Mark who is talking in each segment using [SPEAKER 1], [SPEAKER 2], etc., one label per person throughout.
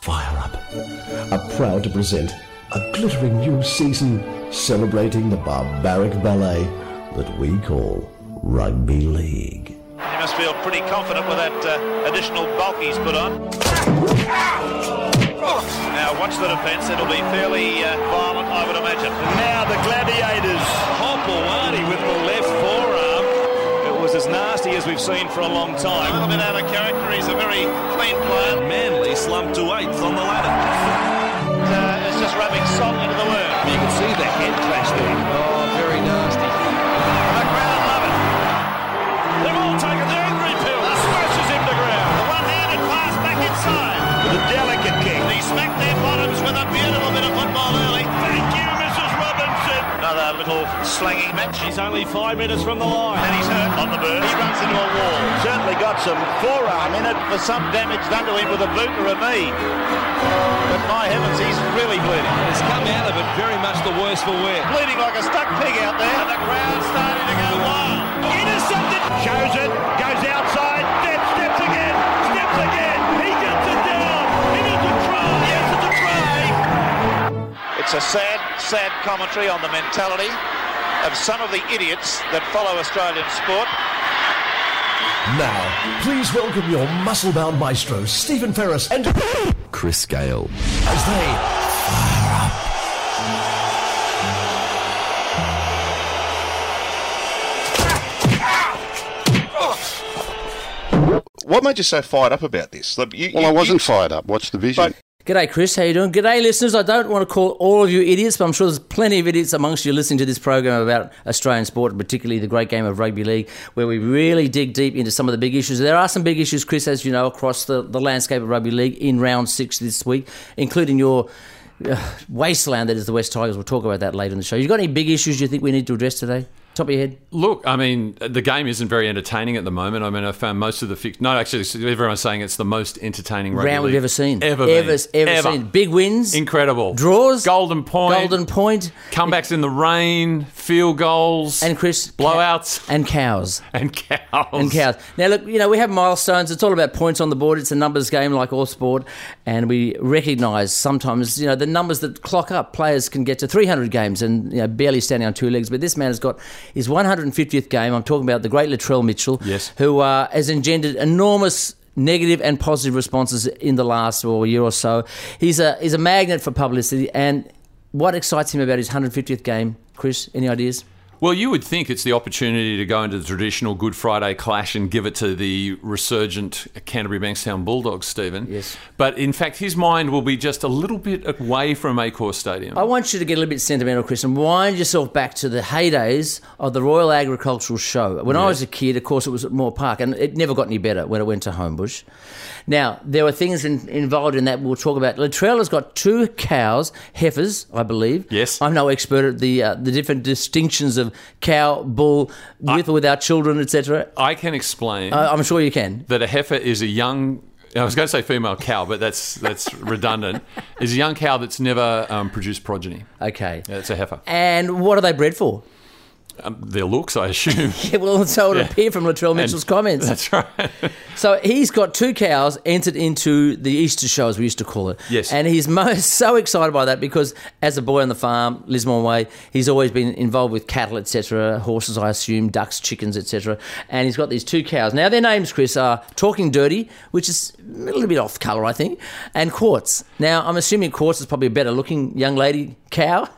[SPEAKER 1] Fire Up are proud to present a glittering new season celebrating the barbaric ballet that we call Rugby League.
[SPEAKER 2] He must feel pretty confident with that uh, additional bulk he's put on. Now watch the defence; it'll be fairly uh, violent, I would imagine. now the gladiators. Hopawani with the left forearm. It was as nasty as we've seen for a long time. A little bit out of character. He's a very clean player. Manly slumped to eighth on the ladder. Uh, it's just rubbing salt into the wound. You can see the head clash there. Oh, very nasty. The crowd love it. They've all taken their angry pill. Smashes him to ground. The one-handed pass back inside. The delicate kick. He smacked their bottoms with a beautiful bit of football early. Thank you, Mrs. Robinson. Another little slanging match. He's only five minutes from the line. And he's hurt on the bird. He runs into a wall. Certainly got some forearm in it for some damage done to him with a boot or a knee. But my heavens, he's really bleeding.
[SPEAKER 3] It's come out of it very much the worse for wear.
[SPEAKER 2] Bleeding like a stuck pig out there. And the crowd's starting to go wild. Intercepted. Shows it. Goes outside. Steps, steps again. Steps again. He gets it down. It is a try. Yes, it's a try. It's a sad, sad commentary on the mentality of some of the idiots that follow Australian sport.
[SPEAKER 1] Now, please welcome your muscle-bound maestro, Stephen Ferris and
[SPEAKER 4] Chris Gale.
[SPEAKER 1] as they
[SPEAKER 5] What made you so fired up about this? Look, you-
[SPEAKER 6] Well,
[SPEAKER 5] you-
[SPEAKER 6] I wasn't
[SPEAKER 5] you-
[SPEAKER 6] fired up. What's the vision?
[SPEAKER 5] But-
[SPEAKER 7] G'day, Chris. How you doing? um, G'day, listeners. I don't want to call all of you idiots, but I'm sure there's plenty of idiots amongst you listening to this program about Australian sport, and particularly the great game of rugby league, where we really dig deep into some of the big issues. There are some big issues, Chris, as you know, across the, the landscape of rugby league in round six this week, including your uh, wasteland that is the West Tigers. We'll talk about that later in the show. You got any big issues you think we need to address today? Top of your head?
[SPEAKER 3] Look, I mean, the game isn't very entertaining at the moment. I mean, I found most of the fix. No, actually, everyone's saying it's the most entertaining rugby
[SPEAKER 7] round
[SPEAKER 3] league
[SPEAKER 7] we've ever seen.
[SPEAKER 3] Ever,
[SPEAKER 7] ever,
[SPEAKER 3] been.
[SPEAKER 7] ever, seen. Big wins,
[SPEAKER 3] Incredible
[SPEAKER 7] draws,
[SPEAKER 3] golden point,
[SPEAKER 7] golden point,
[SPEAKER 3] comebacks in the rain, field goals,
[SPEAKER 7] and Chris
[SPEAKER 3] blowouts,
[SPEAKER 7] and cows.
[SPEAKER 3] and cows,
[SPEAKER 7] And cows. Now, look, you know, we have milestones. It's all about points on the board. It's a numbers game, like all sport. And we recognise sometimes, you know, the numbers that clock up. Players can get to 300 games and, you know, barely standing on two legs. But this man has got his 150th game. I'm talking about the great Latrell Mitchell,
[SPEAKER 3] Yes.
[SPEAKER 7] who uh, has engendered enormous negative and positive responses in the last well, year or so. He's a, he's a magnet for publicity. And what excites him about his 150th game, Chris? Any ideas?
[SPEAKER 3] Well, you would think it's the opportunity to go into the traditional Good Friday clash and give it to the resurgent Canterbury Bankstown Bulldogs, Stephen.
[SPEAKER 7] Yes.
[SPEAKER 3] But in fact, his mind will be just a little bit away from Acor Stadium.
[SPEAKER 7] I want you to get a little bit sentimental, Chris, and wind yourself back to the heydays of the Royal Agricultural Show. When I was a kid, of course, it was at Moore Park, and it never got any better when it went to Homebush. Now, there were things in, involved in that we'll talk about. Latrell has got two cows, heifers, I believe.
[SPEAKER 3] Yes.
[SPEAKER 7] I'm no expert at the uh, the different distinctions of cow, bull, with or without children, etc.
[SPEAKER 3] I can explain
[SPEAKER 7] I- I'm sure you can.
[SPEAKER 3] that a heifer is a young. I was going to say female cow, but that's that's redundant. Is a young cow that's never um, produced progeny.
[SPEAKER 7] Okay.
[SPEAKER 3] That's a heifer.
[SPEAKER 7] And what are they bred for?
[SPEAKER 3] Um, their looks, I assume.
[SPEAKER 7] Yeah, well, so it would appear from Latrell Mitchell's comments.
[SPEAKER 3] That's right.
[SPEAKER 7] So he's got two cows entered into the Easter show, as we used to call it.
[SPEAKER 3] Yes.
[SPEAKER 7] And he's mo- so excited by that because, as a boy on the farm, Lismore Way, he's always been involved with cattle, etc., horses, I assume, ducks, chickens, etc. And he's got these two cows. Now their names, Chris, are Talking Dirty, which is a little bit off colour, I think, and Quartz. Now I'm assuming Quartz is probably a better-looking young lady cow,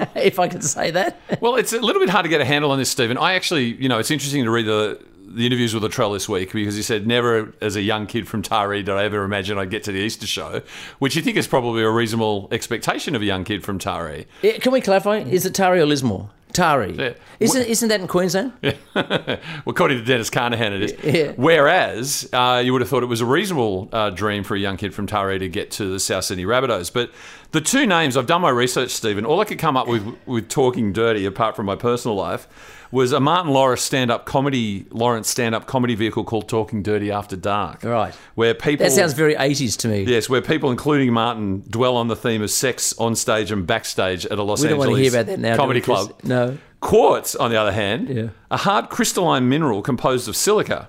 [SPEAKER 7] if I can say that.
[SPEAKER 3] Well, it's a little bit hard to get a handle on this, Stephen. I actually, you know, it's interesting to read the the interviews with Latrell this week because he said, "Never as a young kid from Taree did I ever imagine I'd get to the Easter show," which you think is probably a reasonable expectation of a young kid from Taree.
[SPEAKER 7] Yeah, Can we clarify? Is it Tari or Lismore? Tari.
[SPEAKER 3] Yeah.
[SPEAKER 7] Isn't, isn't that in Queensland?
[SPEAKER 3] well, according to Dennis Carnahan, it is.
[SPEAKER 7] Yeah.
[SPEAKER 3] Whereas uh, you would have thought it was a reasonable uh, dream for a young kid from Taree to get to the South Sydney Rabbitohs. But the two names, I've done my research, Stephen. All I could come up with with talking dirty, apart from my personal life, was a Martin Lawrence stand-up comedy, Lawrence stand-up comedy vehicle called Talking Dirty After Dark.
[SPEAKER 7] Right.
[SPEAKER 3] Where people
[SPEAKER 7] That sounds very 80s to me.
[SPEAKER 3] Yes, where people, including Martin, dwell on the theme of sex on stage and backstage at a Los
[SPEAKER 7] We don't
[SPEAKER 3] Angeles
[SPEAKER 7] want to hear about that now. do
[SPEAKER 3] comedy
[SPEAKER 7] we, Chris?
[SPEAKER 3] club.
[SPEAKER 7] No.
[SPEAKER 3] Quartz, on the other hand,
[SPEAKER 7] Yeah.
[SPEAKER 3] a hard crystalline mineral composed of silica.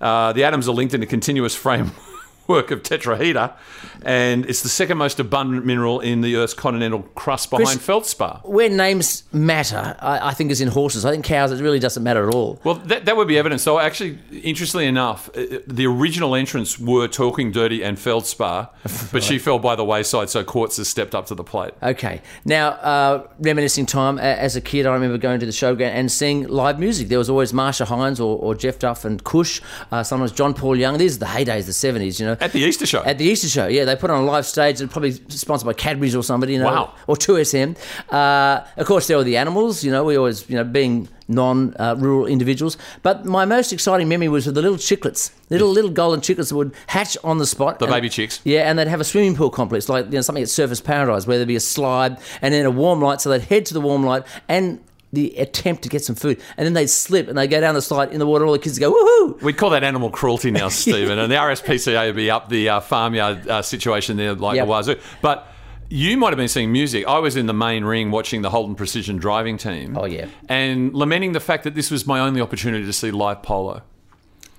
[SPEAKER 3] Uh, the atoms are linked in a continuous framework work of tetrahedra, and it's the second most abundant mineral in the Earth's continental crust behind
[SPEAKER 7] Chris-
[SPEAKER 3] feldspar.
[SPEAKER 7] Where names matter, I, I think, is in horses. I think cows, it really doesn't matter at all.
[SPEAKER 3] Well, that, that would be evidence. So, actually, interestingly enough, uh, uh, the original entrants were Talking Dirty and Feldspar, but she fell by the wayside, so Quartz has stepped up to the plate.
[SPEAKER 7] Okay. Now, uh, reminiscing time a- as a kid, I remember going to the show and seeing live music. There was always Marsha Hines or, or Jeff Duff and Kush, uh, sometimes John Paul Young. These are the heydays, the 70s, you know.
[SPEAKER 3] At the Easter show.
[SPEAKER 7] At the Easter show, yeah, they put on a live stage and probably sponsored by Cadbury's or somebody, you know,
[SPEAKER 3] Wow.
[SPEAKER 7] or 2SM. Uh, of course, there were the animals, you know, we always, you know, being non-rural individuals. But my most exciting memory was with the little chicklets, little little golden chicklets that would hatch on the spot.
[SPEAKER 3] The
[SPEAKER 7] and-
[SPEAKER 3] baby chicks.
[SPEAKER 7] Yeah, and they'd have a swimming pool complex, like you know, something at Surface Paradise, where there'd be a slide and then a warm light, so they'd head to the warm light and the attempt to get some food, and then they'd slip and they'd go down the slide in the water. All the kids would go, woohoo!
[SPEAKER 3] We'd call that animal cruelty now, Stephen, and the RSPCA would be up the uh, farmyard uh, situation there like
[SPEAKER 7] Yep.
[SPEAKER 3] the wazoo. But you might have been seeing music. I was in the main ring watching the Holden Precision Driving Team.
[SPEAKER 7] Oh, yeah.
[SPEAKER 3] and lamenting the fact that this was my only opportunity to see live polo.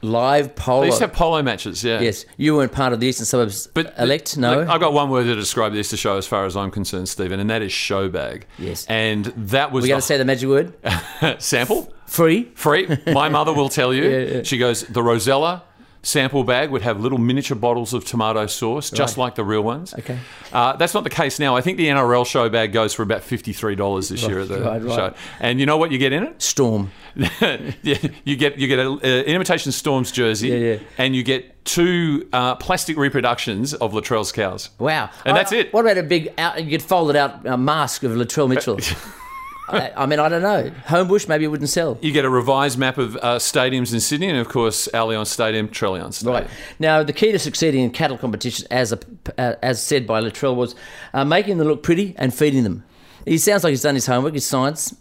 [SPEAKER 7] Live polo.
[SPEAKER 3] They used to have polo matches, yeah.
[SPEAKER 7] Yes, Uh, you weren't part of the Eastern Suburbs
[SPEAKER 3] But
[SPEAKER 7] elect,
[SPEAKER 3] th-
[SPEAKER 7] no.
[SPEAKER 3] look, I've got one word to describe this to show, as far as I'm concerned, Stephen, and that is showbag.
[SPEAKER 7] Yes.
[SPEAKER 3] and that was
[SPEAKER 7] We're going to
[SPEAKER 3] the-
[SPEAKER 7] say the magic word.
[SPEAKER 3] sample.
[SPEAKER 7] Free.
[SPEAKER 3] free. My mother will tell you. She goes, the Rosella sample bag would have little miniature bottles of tomato sauce, just like the real ones.
[SPEAKER 7] Okay.
[SPEAKER 3] Uh, that's not the case now. I think the NRL show bag goes for about $53 this year at the
[SPEAKER 7] right, right.
[SPEAKER 3] show. And you know what you get in it?
[SPEAKER 7] Storm.
[SPEAKER 3] Yeah, you get you get a, uh, an imitation Storms jersey,
[SPEAKER 7] yeah.
[SPEAKER 3] and you get two uh, plastic reproductions of Latrell's cows.
[SPEAKER 7] Wow.
[SPEAKER 3] And
[SPEAKER 7] I-
[SPEAKER 3] that's it.
[SPEAKER 7] What about a big, out, you could fold it out a mask of Latrell Mitchell?
[SPEAKER 3] Uh,
[SPEAKER 7] I, I mean, I don't know. Homebush, maybe it wouldn't sell.
[SPEAKER 3] You get a revised map of uh, stadiums in Sydney, and of course, Allianz Stadium, Trellion Stadium.
[SPEAKER 7] Right. Now, the key to succeeding in cattle competition, as, a, uh, as said by Latrell, was uh, making them look pretty and feeding them. He sounds like he's done his homework, his science.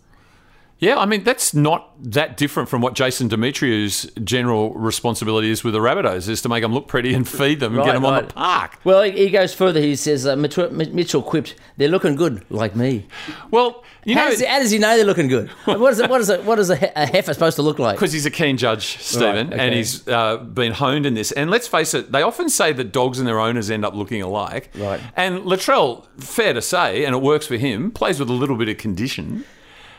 [SPEAKER 3] Yeah, I mean that's not that different from what Jason Demetriou's general responsibility is with the Rabbitohs is to make them look pretty and feed them and
[SPEAKER 7] Right,
[SPEAKER 3] get them on
[SPEAKER 7] right.
[SPEAKER 3] the park.
[SPEAKER 7] Well, he- he goes further. He says, uh, Mitchell, Mitchell quipped, they're looking good, like me.
[SPEAKER 3] Well, you
[SPEAKER 7] How
[SPEAKER 3] know,
[SPEAKER 7] does, he, how does he know they're looking good? What is it, what is it, what is a, he- a heifer supposed to look like?
[SPEAKER 3] because he's a keen judge, Stephen,
[SPEAKER 7] Right, okay.
[SPEAKER 3] and he's uh, been honed in this. And let's face it, they often say that dogs and their owners end up looking alike.
[SPEAKER 7] Right.
[SPEAKER 3] And Latrell, fair to say, and it works for him, plays with a little bit of condition.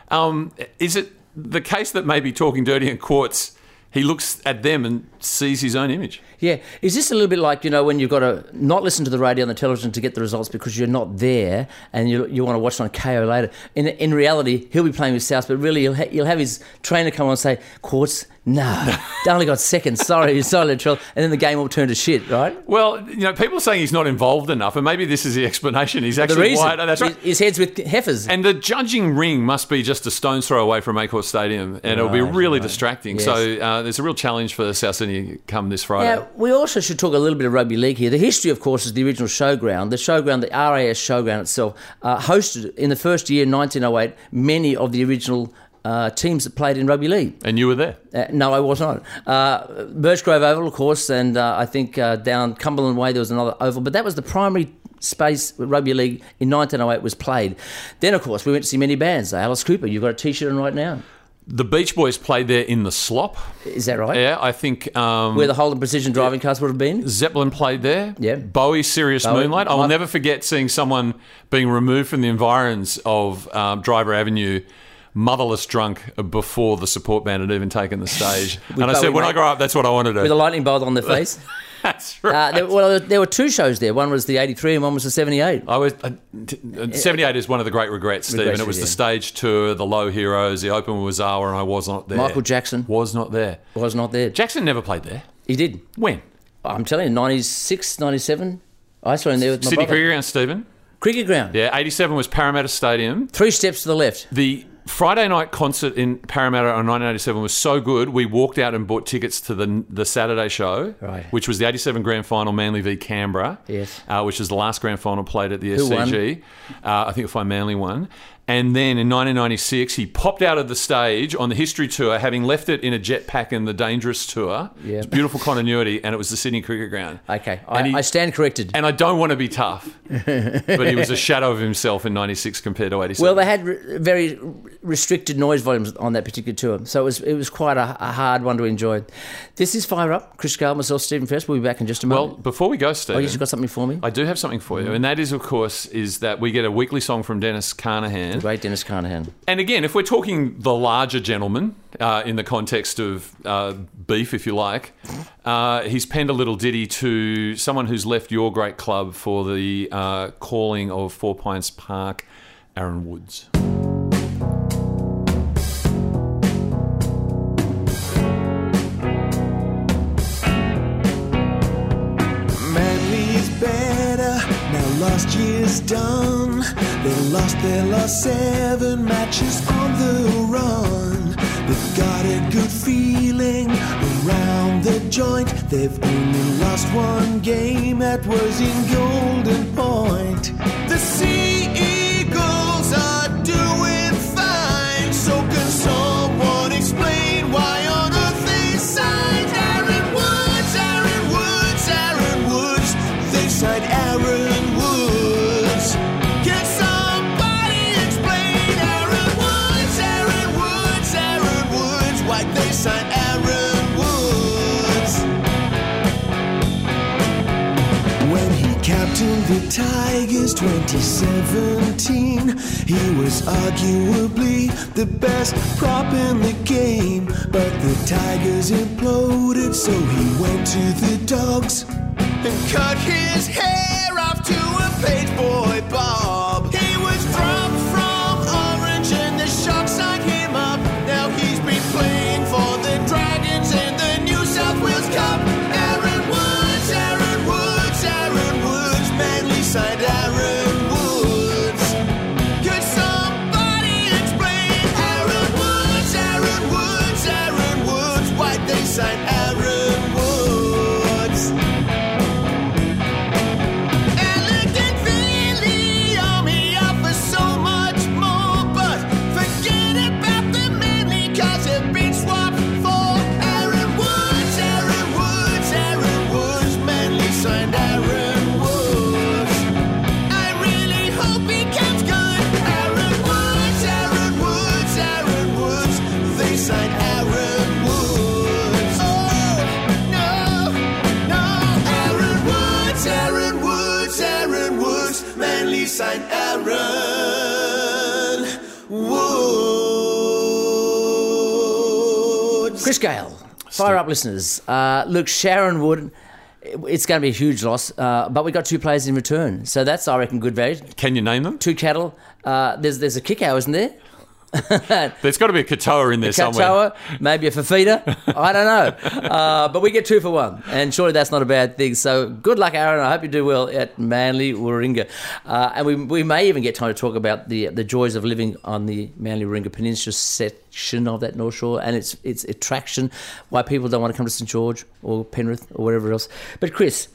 [SPEAKER 3] Um, is it the case that maybe talking dirty and quartz? He looks at them and sees his own image.
[SPEAKER 7] Yeah. Is this a little bit like, you know, when you've got to not listen to the radio and the television to get the results because you're not there and you, you want to watch it on KO later? In, in reality, he'll be playing with South, but really you'll, ha- you'll have his trainer come on and say, Quartz, no, they only got second. Sorry, sorry, Latrell. And then the game will turn to shit, right?
[SPEAKER 3] Well, you know, people are saying he's not involved enough, and maybe this is the explanation. He's
[SPEAKER 7] The
[SPEAKER 3] actually
[SPEAKER 7] reason.
[SPEAKER 3] wider. That's right.
[SPEAKER 7] His, his head's with heifers.
[SPEAKER 3] And the judging ring must be just a stone's throw away from Acor Stadium, and it'll be really distracting. So uh, there's a real challenge for South Sydney come this Friday.
[SPEAKER 7] Now, we also should talk a little bit of rugby league here. The history, of course, is the original showground. The showground, the RAS showground itself, uh, hosted in the first year, 1908, many of the original uh, teams that played in rugby league.
[SPEAKER 3] And you were there.
[SPEAKER 7] Uh, no, I was not. Uh, Birchgrove Oval, of course, and uh, I think uh, down Cumberland Way there was another oval, but that was the primary space where rugby league in 1908 was played. Then, of course, we went to see many bands. Alice Cooper, you've got a T-shirt on right now.
[SPEAKER 3] The Beach Boys played there in the slop.
[SPEAKER 7] Is that right?
[SPEAKER 3] Yeah, I think um,
[SPEAKER 7] Where the Holden Precision Driving Cars would have been?
[SPEAKER 3] Zeppelin played there.
[SPEAKER 7] Yeah.
[SPEAKER 3] Bowie, Serious Moonlight. I will
[SPEAKER 7] Mike-
[SPEAKER 3] never forget seeing someone being removed from the environs of um, Driver Avenue. Motherless drunk before the support band had even taken the stage. and I
[SPEAKER 7] Bowie,
[SPEAKER 3] said, when I
[SPEAKER 7] mate.
[SPEAKER 3] grow up, that's what I want to do.
[SPEAKER 7] With a lightning bolt on their face.
[SPEAKER 3] That's right.
[SPEAKER 7] Uh, there, well, there were two shows there. One was the '83 and one was the '78.
[SPEAKER 3] I was uh, t- uh, seventy-eight is one of the great regrets, Stephen. It was
[SPEAKER 7] yeah.
[SPEAKER 3] the stage tour, the Low Heroes, the Open with Zawa, and I was not there.
[SPEAKER 7] Michael Jackson.
[SPEAKER 3] was not there.
[SPEAKER 7] Was not there.
[SPEAKER 3] Jackson never played there.
[SPEAKER 7] He did.
[SPEAKER 3] When
[SPEAKER 7] I'm telling you, '96, '97. I saw him there with my
[SPEAKER 3] Sydney
[SPEAKER 7] brother.
[SPEAKER 3] Cricket Ground, Stephen?
[SPEAKER 7] Cricket ground.
[SPEAKER 3] Yeah, eighty-seven was Parramatta Stadium.
[SPEAKER 7] Three steps to the left.
[SPEAKER 3] The Friday night concert in Parramatta in 1987 was so good, we walked out and bought tickets to the the Saturday show,
[SPEAKER 7] Right.
[SPEAKER 3] which was the 87 Grand Final Manly v Canberra,
[SPEAKER 7] Yes.
[SPEAKER 3] uh, which was the last Grand Final played at the
[SPEAKER 7] won?
[SPEAKER 3] SCG. Uh, I think if I Manly won. And then in 1996, he popped out of the stage on the history tour, having left it in a jetpack in the Dangerous tour.
[SPEAKER 7] Yeah.
[SPEAKER 3] It's beautiful continuity, and it was the Sydney Cricket Ground.
[SPEAKER 7] Okay, I,
[SPEAKER 3] And he-
[SPEAKER 7] I stand corrected.
[SPEAKER 3] And I don't want to be tough, but he was a shadow of himself in 96 compared to 87.
[SPEAKER 7] Well, they had r- very restricted noise volumes on that particular tour. So it was it was quite a, a hard one to enjoy. This is Fire Up. Chris Gale, myself, Stephen Fest. We'll be back in just a
[SPEAKER 3] Well,
[SPEAKER 7] moment.
[SPEAKER 3] before we go,
[SPEAKER 7] oh,
[SPEAKER 3] Stephen,
[SPEAKER 7] you've got something Mm-hmm. for me?
[SPEAKER 3] I do have something for you, and that is, of course, is that we get a weekly song from Dennis Carnahan.
[SPEAKER 7] Great Dennis Carnahan.
[SPEAKER 3] And again, if we're talking the larger gentleman uh, in the context of uh, beef, if you like,
[SPEAKER 7] Mm-hmm.
[SPEAKER 3] uh, he's penned a little ditty to someone who's left your great club for the uh, calling of Four Pines Park, Aaron Woods.
[SPEAKER 4] Manly's better, now last year's done. They lost their last seven matches on the run. They've got a good feeling around the joint. They've only lost one game, that was in Golden Point. The Sea Eagles are doing fine, so can someone explain why on earth they signed Aaron Woods, Aaron Woods, Aaron Woods. They signed Aaron Woods. Can somebody explain Aaron Woods, Aaron Woods, Aaron Woods? Why they signed Aaron Woods? When he captained the Tigers 2017, he was arguably the best prop in the game. But the Tigers imploded, so he went to the dogs and cut his hair off to a page boy Bob. He was dropped from Orange and the Sharks signed him up. Now he's been playing for the Dragons in the New South Wales Cup. Aaron Woods, Aaron Woods, Aaron Woods, Manly signed Aaron Woods. Could somebody explain Aaron Woods, Aaron Woods, Aaron Woods, why they signed Aaron Woods? Elegant Vinny Army offers so much more, but forget about the manly cause have been swapped for Aaron Woods, Aaron Woods, Aaron Woods, manly signed Aaron Woods. I really hope he comes good. Aaron Woods, Aaron Woods, Aaron Woods, they signed Aaron Woods. Oh no, no, Aaron Woods, Aaron Woods, Aaron Woods, Manly signed Aaron Woods.
[SPEAKER 7] Chris Gale, fire up listeners. Uh, look, Sharon Wood. It's going to be a huge loss, uh, but we got two players in return, so that's I reckon good value.
[SPEAKER 3] Can you name them?
[SPEAKER 7] Two cattle. Uh, there's there's a kick out, isn't there?
[SPEAKER 3] There's got to be a Katoa in there somewhere.
[SPEAKER 7] Katoa, maybe a Fafita. I don't know. Uh, but we get two for one, and surely that's not a bad thing. So good luck, Aaron. I hope you do well at Manly Warringah. Uh, and we, we may even get time to talk about the the joys of living on the Manly Warringah Peninsula section of that North Shore and its, its attraction, why people don't want to come to St George or Penrith or wherever else. But, Chris,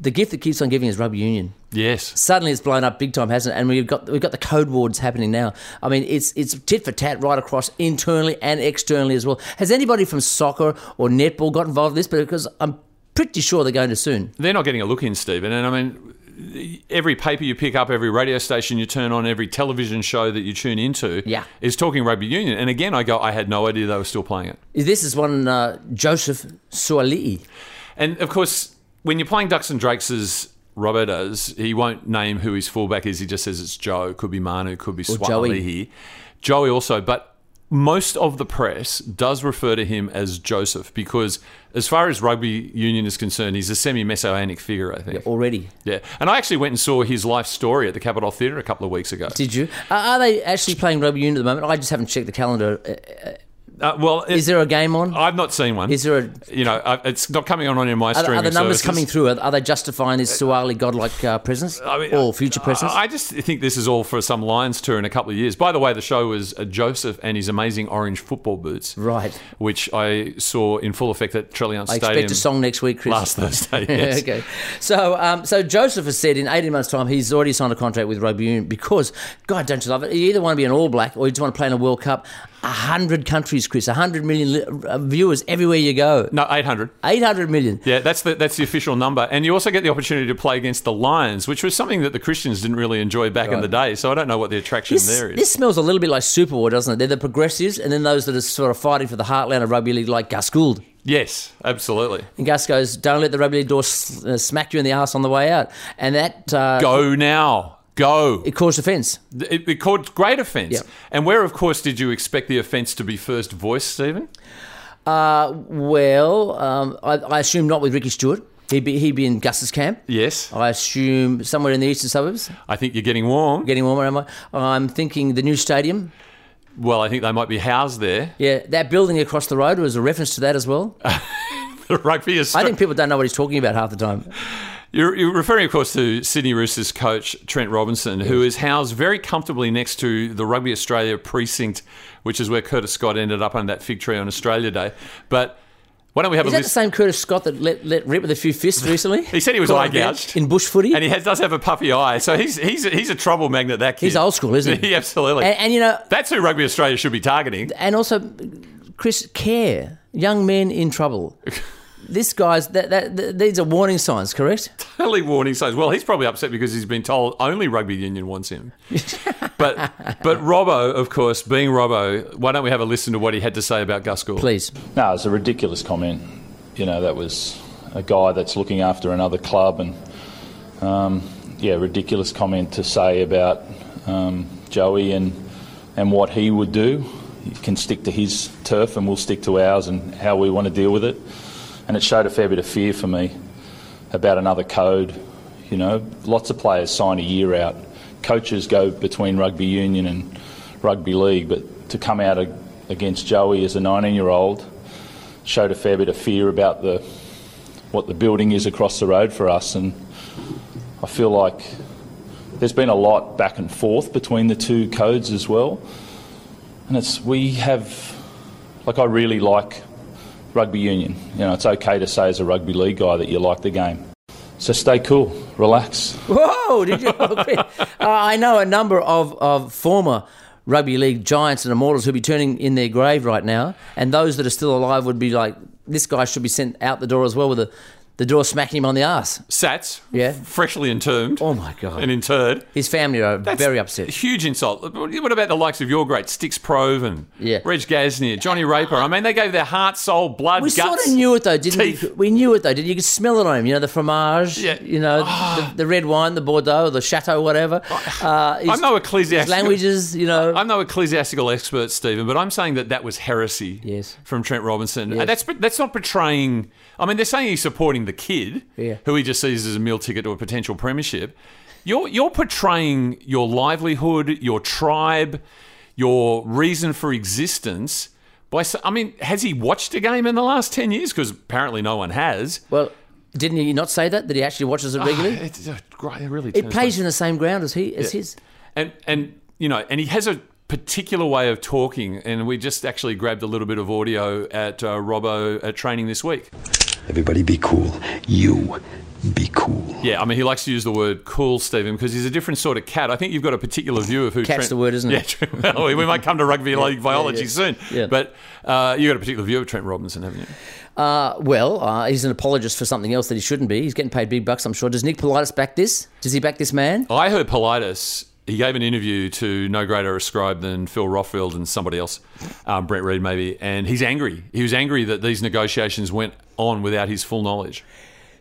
[SPEAKER 7] the gift that keeps on giving is rugby union
[SPEAKER 3] Yes.
[SPEAKER 7] suddenly it's blown up big time, hasn't it? And we've got we've got the code wards happening now. I mean, it's it's tit for tat right across internally and externally as well. Has anybody from soccer or netball got involved in this? Because I'm pretty sure they're going to soon.
[SPEAKER 3] They're not getting a look in, Stephen. And I mean, every paper you pick up, every radio station you turn on, every television show that you tune into
[SPEAKER 7] Yeah.
[SPEAKER 3] is talking rugby union. And again, I go, I had no idea they were still playing it.
[SPEAKER 7] This is one uh, Joseph Suali'i.
[SPEAKER 3] And of course, when you're playing Ducks and Drakes as Robbo does, he won't name who his fullback is. He just says it's Joe, could be Manu, could be
[SPEAKER 7] Joey.
[SPEAKER 3] Swahili. Joey also, but most of the press does refer to him as Joseph because, as far as rugby union is concerned, he's a semi messianic figure, I think. Yeah,
[SPEAKER 7] already.
[SPEAKER 3] And I actually went and saw his life story at the Capitol Theatre a couple of weeks ago.
[SPEAKER 7] Did you? Uh, are they actually playing rugby union at the moment? I just haven't checked the calendar. Uh,
[SPEAKER 3] Uh, well,
[SPEAKER 7] Is there a game on?
[SPEAKER 3] I've not seen one.
[SPEAKER 7] Is there a
[SPEAKER 3] you know, uh, it's not coming on on my
[SPEAKER 7] are,
[SPEAKER 3] streaming
[SPEAKER 7] are the numbers
[SPEAKER 3] services.
[SPEAKER 7] coming through? Are, are they justifying this Suali godlike uh, presence or future presence?
[SPEAKER 3] I I just think this is all for some Lions tour in a couple of years. By the way, the show was uh, Joseph and his amazing orange football boots,
[SPEAKER 7] Right.
[SPEAKER 3] Which I saw in full effect at Trelliant
[SPEAKER 7] I
[SPEAKER 3] Stadium
[SPEAKER 7] expect a song next week, Chris.
[SPEAKER 3] last Thursday. Yes.
[SPEAKER 7] okay. So, um, so Joseph has said in 18 months' time he's already signed a contract with Rugby Union because, God, don't you love it? You either want to be an All Black or you just want to play in a World Cup. 100 countries, Chris, 100 million li- uh, viewers everywhere you go.
[SPEAKER 3] No, 800.
[SPEAKER 7] 800 million.
[SPEAKER 3] Yeah, that's the that's the official number, and you also get the opportunity to play against the Lions, which was something that the Christians didn't really enjoy back in the day. So I don't know what the attraction
[SPEAKER 7] This,
[SPEAKER 3] there is.
[SPEAKER 7] this smells a little bit like Super War, doesn't it? They're the progressives and then those that are sort of fighting for the heartland of rugby league, like Gus Gould.
[SPEAKER 3] yes, absolutely.
[SPEAKER 7] And Gus goes, Don't let the rugby league door s- uh, smack you in the ass on the way out. And that uh,
[SPEAKER 3] Go now, go.
[SPEAKER 7] it caused offence.
[SPEAKER 3] It, it caused great offence,
[SPEAKER 7] Yep.
[SPEAKER 3] and where, of course, did you expect the offence to be first voiced, Stephen?
[SPEAKER 7] Well, um, I, I assume not with Ricky Stewart. He'd be, he'd be in Gus's camp.
[SPEAKER 3] Yes,
[SPEAKER 7] I assume somewhere in the eastern suburbs.
[SPEAKER 3] I think you're getting warm.
[SPEAKER 7] Getting warmer, am I? I'm thinking the new stadium.
[SPEAKER 3] Well, I think they might be housed there.
[SPEAKER 7] Yeah, that building across the road was a reference to that as well.
[SPEAKER 3] The rugby is.
[SPEAKER 7] I think people don't know what he's talking about half the time.
[SPEAKER 3] You're, you're referring, of course, to Sydney Roosters coach Trent Robinson, who is housed very comfortably next to the Rugby Australia precinct, which is where Curtis Scott ended up under that fig tree on Australia Day. But why don't we have
[SPEAKER 7] Is
[SPEAKER 3] a
[SPEAKER 7] that the
[SPEAKER 3] list?
[SPEAKER 7] same Curtis Scott that let, let rip with a few fists recently?
[SPEAKER 3] He said he was
[SPEAKER 7] Caught
[SPEAKER 3] eye
[SPEAKER 7] on the bench
[SPEAKER 3] gouged.
[SPEAKER 7] in bush footy.
[SPEAKER 3] And he has, does have a puffy eye, so he's he's he's a trouble magnet. That kid.
[SPEAKER 7] He's old school, isn't he?
[SPEAKER 3] Yeah, absolutely.
[SPEAKER 7] and, and you know,
[SPEAKER 3] That's who Rugby Australia should be targeting.
[SPEAKER 7] and also, Chris, care young men in trouble. This guy's that, that, that these are warning signs, correct?
[SPEAKER 3] Early warning signs. Well, he's probably upset because he's been told only rugby union wants him. but but Robbo, of course, being Robbo, why don't we have a listen to what he had to say about Gus Gould?
[SPEAKER 7] Please,
[SPEAKER 6] No, it's a ridiculous comment. You know, that was a guy that's looking after another club, and um, yeah, ridiculous comment to say about um, Joey and and what he would do. He can stick to his turf, and we'll stick to ours, and how we want to deal with it. And it showed a fair bit of fear for me about another code. You know, lots of players sign a year out. Coaches go between rugby union and rugby league, but to come out ag- against Joey as a 19-year-old showed a fair bit of fear about the what the building is across the road for us, and I feel like there's been a lot back and forth between the two codes as well, and it's we have like I really like rugby union. You know, it's okay to say as a rugby league guy that you like the game. So stay cool, relax.
[SPEAKER 7] Whoa! Did you? uh, I know a number of, of former rugby league giants and immortals who'd be turning in their grave right now, and those that are still alive would be like, this guy should be sent out the door as well with a, the door smacking him on the ass.
[SPEAKER 3] Sats,
[SPEAKER 7] Yeah.
[SPEAKER 3] freshly entombed.
[SPEAKER 7] Oh my god!
[SPEAKER 3] And interred.
[SPEAKER 7] His family are
[SPEAKER 3] That's
[SPEAKER 7] very
[SPEAKER 3] a
[SPEAKER 7] upset.
[SPEAKER 3] Huge insult. What about the likes of your great Sticks Proven,
[SPEAKER 7] Yeah.
[SPEAKER 3] Reg Gasnier, Johnny Raper? I mean, they gave their heart, soul, blood,
[SPEAKER 7] We
[SPEAKER 3] guts.
[SPEAKER 7] sort of knew it though, didn't we?
[SPEAKER 3] teeth.
[SPEAKER 7] We knew it though, didn't you? You could smell it on him. You know the fromage,
[SPEAKER 3] Yeah. Ah.
[SPEAKER 7] you know the, the red wine, the Bordeaux, the Chateau, whatever. Uh, his,
[SPEAKER 3] I'm no
[SPEAKER 7] his
[SPEAKER 3] ecclesiastical.
[SPEAKER 7] languages, you know.
[SPEAKER 3] I'm no ecclesiastical expert, Stephen, but I'm saying that that was heresy.
[SPEAKER 7] Yes.
[SPEAKER 3] From Trent Robinson. And That's that's not portraying. I mean, they're saying he's supporting the kid,
[SPEAKER 7] Yeah.
[SPEAKER 3] who he just sees as a meal ticket to a potential premiership. You're you're portraying your livelihood, your tribe, your reason for existence. By s- I mean, has he watched a game in the last ten years? Because apparently no one has.
[SPEAKER 7] well, didn't he not say that that he actually watches it regularly?
[SPEAKER 3] It's, uh, great, it really
[SPEAKER 7] It
[SPEAKER 3] turns
[SPEAKER 7] plays in the same ground as he as his.
[SPEAKER 3] and and you know, and he has a particular way of talking, and we just actually grabbed a little bit of audio at uh, Robbo at training this week.
[SPEAKER 8] Everybody be cool. You be cool.
[SPEAKER 3] Yeah, I mean, he likes to use the word "cool," Stephen, because he's a different sort of cat. I think you've got a particular view of who.
[SPEAKER 7] Cat's
[SPEAKER 3] Trent,
[SPEAKER 7] the word, isn't
[SPEAKER 3] yeah,
[SPEAKER 7] it?
[SPEAKER 3] Trent- well, we we might come to rugby league biology
[SPEAKER 7] yeah.
[SPEAKER 3] soon,
[SPEAKER 7] Yeah.
[SPEAKER 3] but uh, you got a particular view of Trent Robinson, haven't you?
[SPEAKER 7] Uh, well, uh, he's an apologist for something else that he shouldn't be. He's getting paid big bucks, I'm sure. Does Nick Politis back this? Does he back this man?
[SPEAKER 3] I heard Politis. He gave an interview to no greater a scribe than Phil Rothfield and somebody else, um, Brent Reed maybe, and he's angry. He was angry that these negotiations went on without his full knowledge.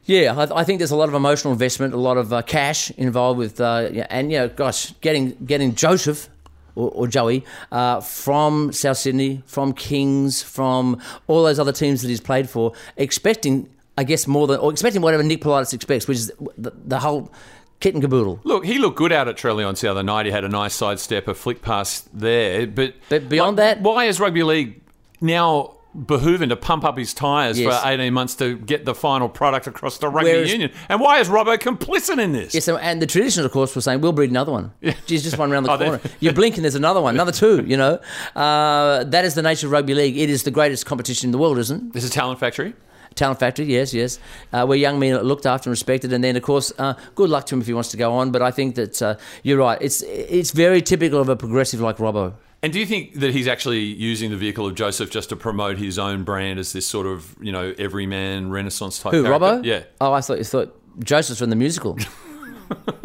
[SPEAKER 7] Yeah, I, I think there's a lot of emotional investment, a lot of uh, cash involved with, uh, yeah, and you know, gosh, getting getting Joseph or, or Joey uh, from South Sydney, from Kings, from all those other teams that he's played for, expecting, I guess, more than or expecting whatever Nick Politis expects, which is the, the whole kit and caboodle.
[SPEAKER 3] Look, he looked good out at Trelleons the other night. He had a nice sidestep, a flick pass there. But,
[SPEAKER 7] But beyond that-
[SPEAKER 3] why is rugby league now behooving to pump up his tyres
[SPEAKER 7] Yes.
[SPEAKER 3] for 18 months to get the final product across the rugby
[SPEAKER 7] Whereas-
[SPEAKER 3] union? And why is Robbo complicit in this?
[SPEAKER 7] Yes, and- and the tradition, of course, was saying we'll breed another one. There's just one around the
[SPEAKER 3] Oh, they-
[SPEAKER 7] corner. You blink and there's another one, another two. You know, uh, that is the nature of rugby league. It is the greatest competition in the world, isn't it?
[SPEAKER 3] This is Talent Factory.
[SPEAKER 7] Talent factory, yes, yes, uh, where young men are looked after and respected. And then, of course, uh, good luck to him if he wants to go on. But I think that uh, you're right. It's it's very typical of a progressive like Robbo.
[SPEAKER 3] And do you think that he's actually using the vehicle of Joseph just to promote his own brand as this sort of, you know, everyman Renaissance type?
[SPEAKER 7] Who,
[SPEAKER 3] character?
[SPEAKER 7] Robbo?
[SPEAKER 3] Yeah.
[SPEAKER 7] Oh, I thought you thought Joseph's from the musical.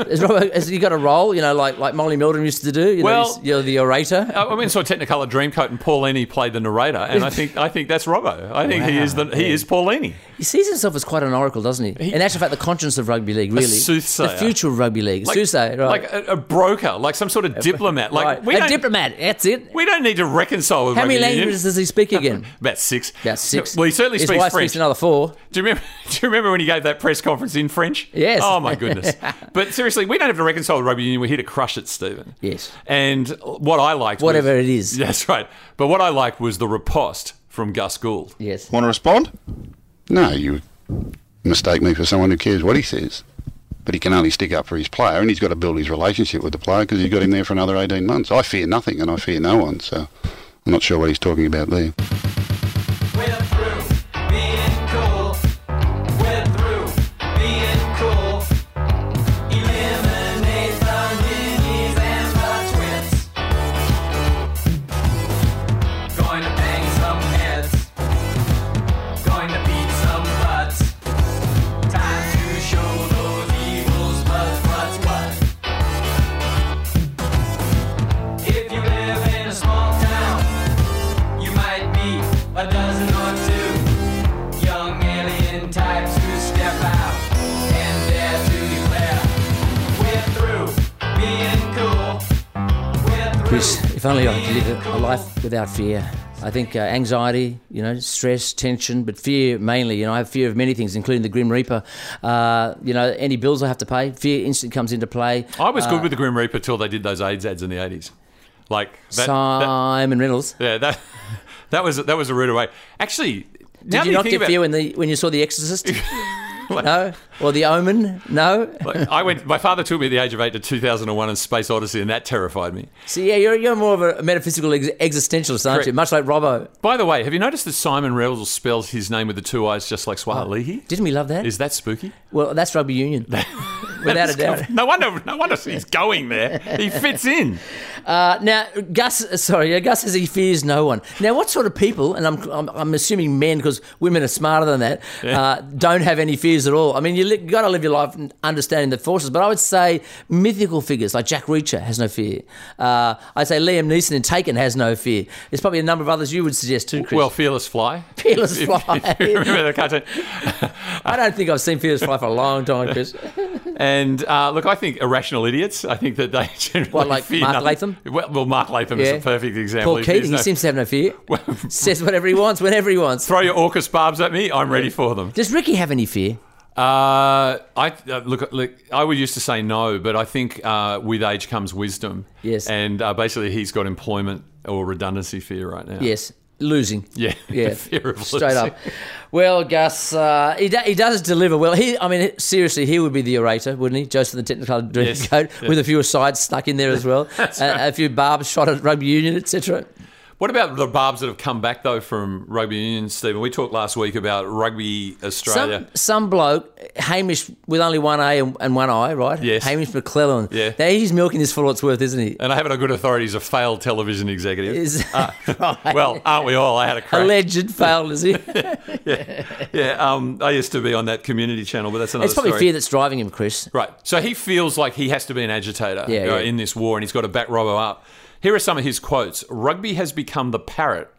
[SPEAKER 7] Is Robbo, has he got a role, you know, like like Molly Meldrum used to do? You
[SPEAKER 3] Well-
[SPEAKER 7] know, he's- you're the orator.
[SPEAKER 3] Oh, I I mean, saw Technicolor Dreamcoat and Paulini played the narrator, and I think I think that's Robbo. I think he is the he is Paulini.
[SPEAKER 7] He sees himself as quite an oracle, doesn't he? In actual fact, the conscience of rugby league, really.
[SPEAKER 3] soothsayer.
[SPEAKER 7] The future of rugby league. soothsayer, right.
[SPEAKER 3] Like a, a broker, like some sort of diplomat. Like
[SPEAKER 7] Right.
[SPEAKER 3] we
[SPEAKER 7] a
[SPEAKER 3] don't,
[SPEAKER 7] diplomat, that's it.
[SPEAKER 3] we don't need to reconcile with
[SPEAKER 7] How many
[SPEAKER 3] rugby union.
[SPEAKER 7] languages does he speak again?
[SPEAKER 3] About six.
[SPEAKER 7] About six.
[SPEAKER 3] Well, he certainly
[SPEAKER 7] His
[SPEAKER 3] speaks
[SPEAKER 7] wife
[SPEAKER 3] French.
[SPEAKER 7] speaks another four.
[SPEAKER 3] Do you remember? Do you remember when he gave that press conference in French?
[SPEAKER 7] Yes.
[SPEAKER 3] Oh my goodness! but seriously, we don't have to reconcile with rugby union. We're here to crush it, Stephen.
[SPEAKER 7] Yes.
[SPEAKER 3] And what I liked, was-
[SPEAKER 7] Whatever it is.
[SPEAKER 3] That's right. But what I liked was the riposte from Gus Gould.
[SPEAKER 7] Yes.
[SPEAKER 5] Want to respond?
[SPEAKER 9] No, you mistake me for someone who cares what he says. But he can only stick up for his player, and he's got to build his relationship with the player because he's got him there for another 18 months. I fear nothing, and I fear no one, so I'm not sure what he's talking about there.
[SPEAKER 10] We're through being cool. We're through being cool. Eliminate the ninnies and the twits. Going to bang some heads. Going to beat some butts. Time to show those evils what's what's what. If you live in a small town. You might be a dozen or two young alien types who step out and dare to declare we're through being cool. We're through.
[SPEAKER 7] Chris, if only I could
[SPEAKER 10] being
[SPEAKER 7] live a- a
[SPEAKER 10] cool.
[SPEAKER 7] life without fear. I think uh, anxiety, you know, stress, tension, but fear mainly. You know, I have fear of many things, including the Grim Reaper. Uh, you know, any bills I have to pay, fear instant comes into play.
[SPEAKER 3] I was
[SPEAKER 7] Uh,
[SPEAKER 3] good with the Grim Reaper till they did those AIDS ads in the eighties. Like that, that-
[SPEAKER 7] Simon Reynolds.
[SPEAKER 3] yeah, that that was that was a rude way. Actually, now
[SPEAKER 7] Did
[SPEAKER 3] that
[SPEAKER 7] you
[SPEAKER 3] you
[SPEAKER 7] not
[SPEAKER 3] think
[SPEAKER 7] get
[SPEAKER 3] about,
[SPEAKER 7] fear when, the, when you saw The Exorcist? no? Or The Omen? No?
[SPEAKER 3] Like, I went. My father took me at the age of eight to 2001 and Space Odyssey, and that terrified me.
[SPEAKER 7] So, yeah, you're, you're more of a metaphysical ex- existentialist, aren't you? Much
[SPEAKER 3] Correct.
[SPEAKER 7] like Robbo.
[SPEAKER 3] By the way, have you noticed that Simon Reynolds spells his name with the two I's just like Swahili?
[SPEAKER 7] Oh, Didn't we love that?
[SPEAKER 3] Is that spooky?
[SPEAKER 7] well, that's rugby union. Without a doubt.
[SPEAKER 3] No wonder. No wonder he's going there. He fits in.
[SPEAKER 7] Uh, Now, Gus, sorry, yeah, Gus says he fears no one. Now, what sort of people, and I'm, I'm, I'm assuming men because women are smarter than that, uh, don't have any fears at all. I mean, you li- got to live your life understanding the forces, but I would say mythical figures like Jack Reacher has no fear. Uh, I'd say Liam Neeson in Taken has no fear. There's probably a number of others you would suggest too, Chris.
[SPEAKER 3] Well, fearless fly.
[SPEAKER 7] Fearless
[SPEAKER 3] If-
[SPEAKER 7] Fly.
[SPEAKER 3] if you remember the cartoon? uh,
[SPEAKER 7] I don't think I've seen Fearless Fly for a long time, Chris.
[SPEAKER 3] And uh, look, I think irrational idiots. I think that they generally
[SPEAKER 7] What, like
[SPEAKER 3] fear
[SPEAKER 7] Mark
[SPEAKER 3] nothing. Well, well, Mark Latham is
[SPEAKER 7] Yeah.
[SPEAKER 3] a perfect example.
[SPEAKER 7] Paul
[SPEAKER 3] He fears
[SPEAKER 7] Keating,
[SPEAKER 3] no-
[SPEAKER 7] he seems to have no fear. Says whatever he wants, whenever he wants.
[SPEAKER 3] Throw your orcus barbs at me. I'm ready for them.
[SPEAKER 7] Does Ricky have any fear?
[SPEAKER 3] Uh, I uh, look, look. I would used to say no, but I think uh, with age comes wisdom.
[SPEAKER 7] Yes.
[SPEAKER 3] And uh, basically, he's got employment or redundancy fear right now.
[SPEAKER 7] Yes, losing.
[SPEAKER 3] Yeah.
[SPEAKER 7] Yeah,
[SPEAKER 3] Fear of
[SPEAKER 7] straight
[SPEAKER 3] losing.
[SPEAKER 7] up. Well, Gus, uh, he, do, he does deliver well. He, I mean, seriously, he would be the orator, wouldn't he? Joseph the Technicolor
[SPEAKER 3] Yes.
[SPEAKER 7] Dreamcoat, with a few asides stuck in there as well, a, a few barbs shot at rugby union, etc.
[SPEAKER 3] What about the barbs that have come back though from rugby union, Stephen? We talked last week about rugby Australia.
[SPEAKER 7] Some some bloke Hamish with only one eye and, and one eye, right?
[SPEAKER 3] Yes.
[SPEAKER 7] Hamish McClellan.
[SPEAKER 3] Yeah. Uh,
[SPEAKER 7] Now he's milking this for all it's worth, isn't he?
[SPEAKER 3] and I have it on good authority he's a failed television executive.
[SPEAKER 7] Is right?
[SPEAKER 3] uh, well, uh, aren't we all? I had a crack.
[SPEAKER 7] alleged failed, is he?
[SPEAKER 3] yeah, um, I used to be on that community channel, but that's another
[SPEAKER 7] it's probably
[SPEAKER 3] story.
[SPEAKER 7] fear that's driving him, Chris.
[SPEAKER 3] Right. So he feels like he has to be an agitator
[SPEAKER 7] Yeah,
[SPEAKER 3] you know,
[SPEAKER 7] yeah.
[SPEAKER 3] in this war and he's got to back Robbo up. Here are some of his quotes Rugby has become the parrot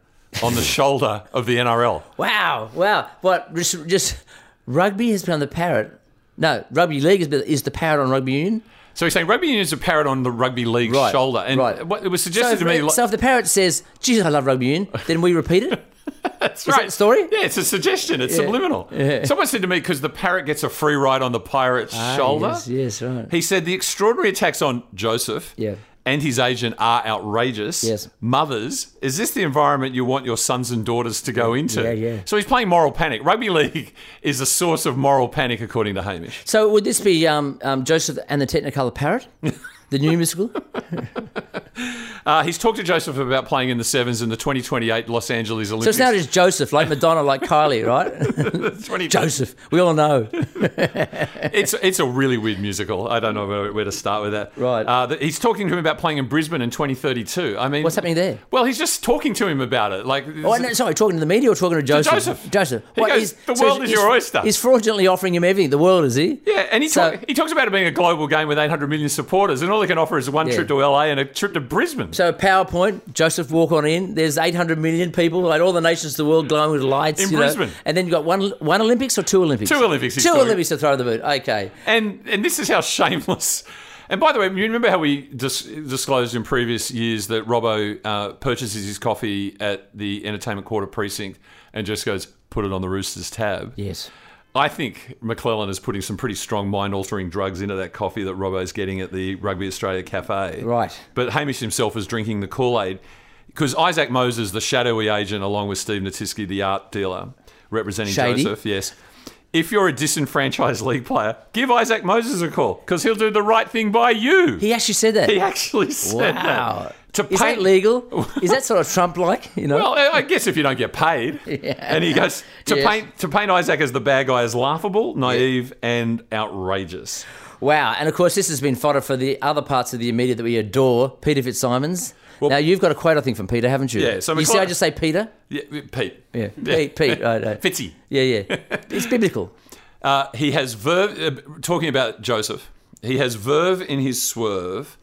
[SPEAKER 3] on the shoulder of the NRL.
[SPEAKER 7] Wow, wow. What, just, just rugby has become the parrot? No, rugby league is, is the parrot on rugby union.
[SPEAKER 3] So he's saying rugby union is a parrot on the rugby league's
[SPEAKER 7] Right,
[SPEAKER 3] shoulder. And
[SPEAKER 7] right.
[SPEAKER 3] what it was
[SPEAKER 7] So
[SPEAKER 3] suggested
[SPEAKER 7] if,
[SPEAKER 3] to me. like-
[SPEAKER 7] so if the parrot says, "Jesus, I love rugby union," then we repeat it.
[SPEAKER 3] That's right.
[SPEAKER 7] that the story?
[SPEAKER 3] Yeah, it's a suggestion. It's subliminal. Someone said to me because the parrot gets a free ride on the pirate's shoulder.
[SPEAKER 7] Ah, Yes, yes, right.
[SPEAKER 3] He said the extraordinary attacks on Joseph
[SPEAKER 7] Yeah.
[SPEAKER 3] and his agent are outrageous.
[SPEAKER 7] Yes.
[SPEAKER 3] Mothers, is this the environment you want your sons and daughters to go into?
[SPEAKER 7] Yeah, yeah.
[SPEAKER 3] So he's playing moral panic. Rugby league is a source of moral panic, according to Hamish.
[SPEAKER 7] So would this be um, um, Joseph and the Technicolor parrot? The new musical?
[SPEAKER 3] Uh, he's talked to Joseph about playing in the sevens in the 2028 Los Angeles
[SPEAKER 7] So
[SPEAKER 3] Olympics.
[SPEAKER 7] it's now just Joseph, like Madonna, like Kylie, right? Joseph, we all know.
[SPEAKER 3] it's it's a really weird musical. I don't know where, where to start with that. Right. Uh, that- he's talking to him about playing in Brisbane in 2032. I mean,
[SPEAKER 7] What's happening there?
[SPEAKER 3] Well, he's just talking to him about it. Like,
[SPEAKER 7] Oh, no, sorry, talking to the media or talking to Joseph?
[SPEAKER 3] Joseph.
[SPEAKER 7] Joseph.
[SPEAKER 3] He goes,
[SPEAKER 7] he's-
[SPEAKER 3] "The world
[SPEAKER 7] he's-
[SPEAKER 3] is your oyster."
[SPEAKER 7] He's fraudulently offering him everything. The world, is he?
[SPEAKER 3] yeah, and he,
[SPEAKER 7] So-
[SPEAKER 3] talk, he talks about it being a global game with 800 million supporters, and all he can offer is one
[SPEAKER 7] Yeah.
[SPEAKER 3] trip to LA and a trip to Brisbane.
[SPEAKER 7] So PowerPoint, Joseph walk on in. There's 800 million people, like all the nations of the world glowing with lights.
[SPEAKER 3] In
[SPEAKER 7] you know.
[SPEAKER 3] Brisbane.
[SPEAKER 7] And then you got one one Olympics or two Olympics?
[SPEAKER 3] Two Olympics, he's
[SPEAKER 7] Two
[SPEAKER 3] talking.
[SPEAKER 7] Olympics to throw in the boot. Okay.
[SPEAKER 3] And and this is how shameless. And by the way, you remember how we dis- disclosed in previous years that Robbo uh, purchases his coffee at the Entertainment Quarter precinct and just goes, put it on the Roosters tab?
[SPEAKER 7] Yes.
[SPEAKER 3] I think McClellan is putting some pretty strong mind altering drugs into that coffee that Robbo's getting at the Rugby Australia Cafe.
[SPEAKER 7] Right.
[SPEAKER 3] But Hamish himself is drinking the Kool Aid because Isaac Moses, the shadowy agent, along with Steve Natisky, the art dealer, representing
[SPEAKER 7] Shady.
[SPEAKER 3] Joseph, yes. If you're a disenfranchised league player, give Isaac Moses a call because he'll do the right thing by you.
[SPEAKER 7] He actually said that.
[SPEAKER 3] He actually said
[SPEAKER 7] Wow.
[SPEAKER 3] that. To
[SPEAKER 7] Is that
[SPEAKER 3] paint-
[SPEAKER 7] legal? Is that sort of Trump-like? You know.
[SPEAKER 3] Well, I I guess if you don't get paid. And he goes to
[SPEAKER 7] Yes.
[SPEAKER 3] paint to paint Isaac as the bad guy is laughable, naive, and outrageous.
[SPEAKER 7] Wow. And of course, this has been fodder for the other parts of the media that we adore, Peter Fitzsimons. now, you've got a quote, I think, from Peter, haven't you?
[SPEAKER 3] Yeah, so
[SPEAKER 7] you see,
[SPEAKER 3] McClellan-
[SPEAKER 7] I just say Peter?
[SPEAKER 3] Yeah, Pete.
[SPEAKER 7] Yeah. Pete, Pete. Right, right.
[SPEAKER 3] Fitzy.
[SPEAKER 7] Yeah, yeah. It's biblical.
[SPEAKER 3] Uh, he has verve. Uh, talking about Joseph, he has verve in his swerve,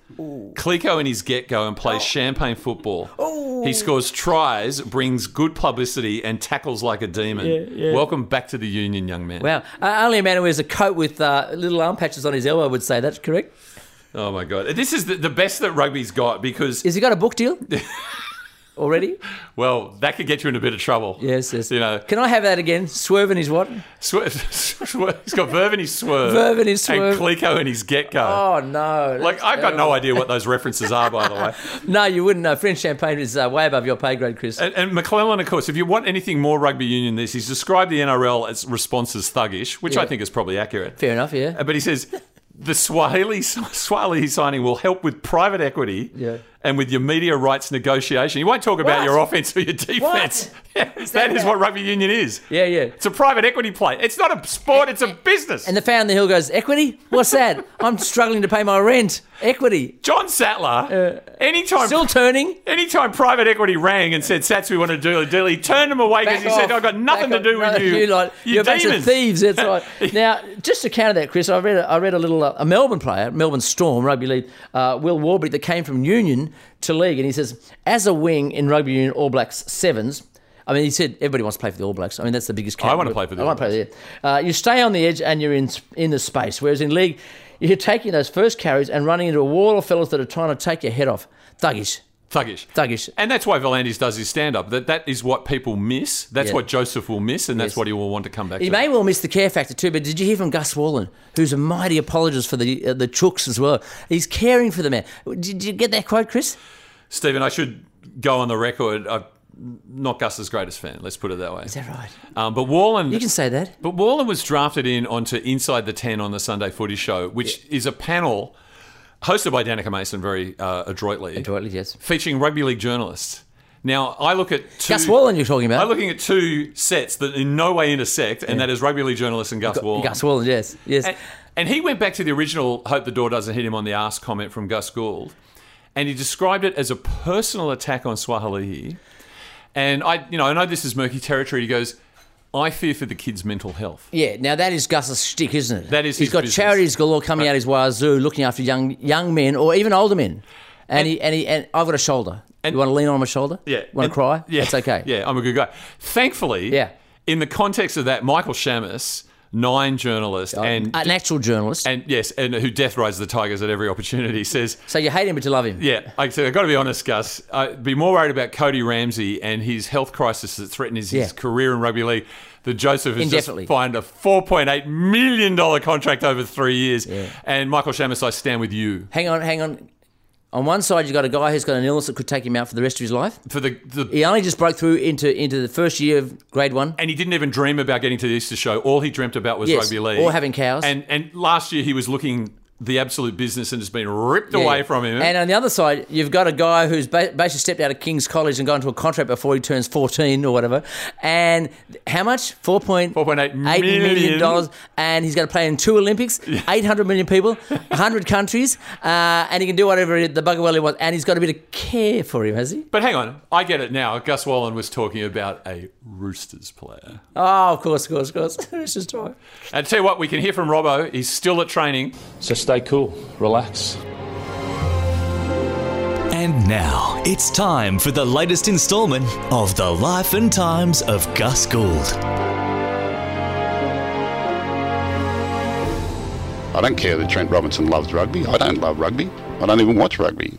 [SPEAKER 3] Clico in his get go, and
[SPEAKER 7] Oh.
[SPEAKER 3] plays champagne football. He scores tries, brings good publicity, and tackles like a demon.
[SPEAKER 7] Yeah, yeah.
[SPEAKER 3] Welcome back to the union, young man.
[SPEAKER 7] Wow. Uh, only a man who wears a coat with uh, little arm patches on his elbow would say that's correct.
[SPEAKER 3] Oh my god, this is the, the best that rugby's got because
[SPEAKER 7] Has he got a book deal already?
[SPEAKER 3] well, that could get you in a bit of trouble.
[SPEAKER 7] Yes, yes.
[SPEAKER 3] You know, Uh,
[SPEAKER 7] Can I have that again? Swerve in his what?
[SPEAKER 3] swer- swer- he's got verve in his swerve,
[SPEAKER 7] Verve in his swerve.
[SPEAKER 3] and Clico in his get go.
[SPEAKER 7] Oh, no.
[SPEAKER 3] Like I've got no idea what those references are, by the way.
[SPEAKER 7] No, you wouldn't know. French champagne is uh, way above your pay grade, Chris.
[SPEAKER 3] And, and McClellan, of course, if you want anything more rugby union, than this he's described the NRL as response as thuggish, which I
[SPEAKER 7] Yeah.
[SPEAKER 3] think is probably accurate.
[SPEAKER 7] Fair enough, yeah.
[SPEAKER 3] Uh, But he says the Swahili Swahili signing will help with private equity
[SPEAKER 7] Yeah.
[SPEAKER 3] and with your media rights negotiation. He won't talk about
[SPEAKER 7] What?
[SPEAKER 3] your offense or your defense. Yeah, that is what rugby union is.
[SPEAKER 7] Yeah, yeah.
[SPEAKER 3] It's a private equity play. It's not a sport. It's a business.
[SPEAKER 7] And the fan on the hill goes, Equity? What's that? I'm struggling to pay my rent. Equity.
[SPEAKER 3] John Sattler, anytime
[SPEAKER 7] Uh, Still turning.
[SPEAKER 3] Anytime private equity rang and said, Sats, we want to do a deal, he turned them away because
[SPEAKER 7] Back
[SPEAKER 3] he said,
[SPEAKER 7] off.
[SPEAKER 3] I've got nothing
[SPEAKER 7] Back
[SPEAKER 3] to do
[SPEAKER 7] off.
[SPEAKER 3] with
[SPEAKER 7] No,
[SPEAKER 3] you.
[SPEAKER 7] You lot,
[SPEAKER 3] you
[SPEAKER 7] you're a bunch of
[SPEAKER 3] demons."
[SPEAKER 7] thieves. That's right. now, just to counter that, Chris, I read a, I read a little uh, a Melbourne player, Melbourne Storm rugby league, uh, Will Warbrick, that came from Union to league, and he says, as a wing in rugby union All Blacks sevens. I mean, he said everybody wants to play for the All Blacks. I mean, that's the biggest.
[SPEAKER 3] I wanna
[SPEAKER 7] category.
[SPEAKER 3] play for the
[SPEAKER 7] I
[SPEAKER 3] All
[SPEAKER 7] want to play there. Uh, you stay on the edge and you're in in the space. Whereas in league, you're taking those first carries and running into a wall of fellas that are trying to take your head off. Thuggish,
[SPEAKER 3] Thuggish.
[SPEAKER 7] thuggish.
[SPEAKER 3] And that's why Valandis does his stand up. That, that is what people miss. That's
[SPEAKER 7] Yeah.
[SPEAKER 3] what Joseph will miss, and that's
[SPEAKER 7] Yes.
[SPEAKER 3] what he will want to come back
[SPEAKER 7] He
[SPEAKER 3] to.
[SPEAKER 7] may well miss the care factor too, but did you hear from Gus Wallen, who's a mighty apologist for the uh, the chooks as well? He's caring for the man. Did you get that quote, Chris?
[SPEAKER 3] Stephen, I should go on the record. I'm not Gus's greatest fan, let's put it that way.
[SPEAKER 7] Is that right?
[SPEAKER 3] Um, but Wallen.
[SPEAKER 7] You can say that.
[SPEAKER 3] But Wallen was drafted in onto Inside the 10 on the Sunday Footy Show, which is a panel hosted by Danica Mason very uh, adroitly,
[SPEAKER 7] Adroitly, yes.
[SPEAKER 3] featuring rugby league journalists. Now, I look at two.
[SPEAKER 7] Gus Wallen, you're talking about.
[SPEAKER 3] I'm looking at two sets that in no way intersect, and that is rugby league journalist and Gus Wallen.
[SPEAKER 7] Gus Wallen, yes, yes.
[SPEAKER 3] And, and he went back to the original "Hope the door doesn't hit him on the ass" comment from Gus Gould, and he described it as a personal attack on Swahili. And I, you know, I know this is murky territory. He goes, "I fear for the kid's mental health."
[SPEAKER 7] yeah, now that is Gus's shtick, isn't it?
[SPEAKER 3] That is
[SPEAKER 7] He's
[SPEAKER 3] his
[SPEAKER 7] got
[SPEAKER 3] business.
[SPEAKER 7] charities galore coming out his wazoo, looking after young young men or even older men. And, he and he and I've got a shoulder. you want to lean on my shoulder?
[SPEAKER 3] Yeah.
[SPEAKER 7] You want
[SPEAKER 3] And-
[SPEAKER 7] to cry?
[SPEAKER 3] Yeah.
[SPEAKER 7] That's okay.
[SPEAKER 3] Yeah, I'm a good guy. Thankfully,
[SPEAKER 7] Yeah.
[SPEAKER 3] in the context of that, Michael Shamus, nine journalist, and
[SPEAKER 7] Uh, An actual journalist.
[SPEAKER 3] and yes, and who death rides the Tigers at every opportunity, says,
[SPEAKER 7] so you hate him, but you love him.
[SPEAKER 3] yeah, I said, I've got to be honest, Gus. I'd be more worried about Cody Ramsey and his health crisis that threatens his
[SPEAKER 7] Yeah.
[SPEAKER 3] career in rugby league than Joseph has just
[SPEAKER 7] Indefinitely.
[SPEAKER 3] signed a $4.8 million contract over three years. And Michael Shamus, I stand with you.
[SPEAKER 7] Hang on, hang on. On one side, you've got a guy who's got an illness that could take him out for the rest of his life.
[SPEAKER 3] For the, the
[SPEAKER 7] He only just broke through into into the first year of grade one.
[SPEAKER 3] and he didn't even dream about getting to the Easter show. All he dreamt about was
[SPEAKER 7] Yes,
[SPEAKER 3] rugby league
[SPEAKER 7] or having cows.
[SPEAKER 3] And and last year he was looking the absolute business and it's been ripped
[SPEAKER 7] Yeah.
[SPEAKER 3] away from him.
[SPEAKER 7] And uh, on the other side, you've got a guy who's ba- basically stepped out of King's College and gone to a contract before he turns 14 or whatever. And how much? 4.8
[SPEAKER 3] million.
[SPEAKER 7] dollars. And he's going to play in two Olympics, 800 million people, 100 countries, uh, and he can do whatever the bugger well he wants. And he's got a bit of care for him, has he?
[SPEAKER 3] but hang on, I get it now. Gus Wallen was talking about a Roosters player.
[SPEAKER 7] Oh, of course, of course, of course. it's just joy.
[SPEAKER 3] And tell you what, we can hear from Robbo. He's still at training.
[SPEAKER 6] So stay cool, relax.
[SPEAKER 11] And now it's time for the latest instalment of The Life and Times of Gus Gould.
[SPEAKER 9] I don't care that Trent Robinson loves rugby. I don't love rugby. I don't even watch rugby.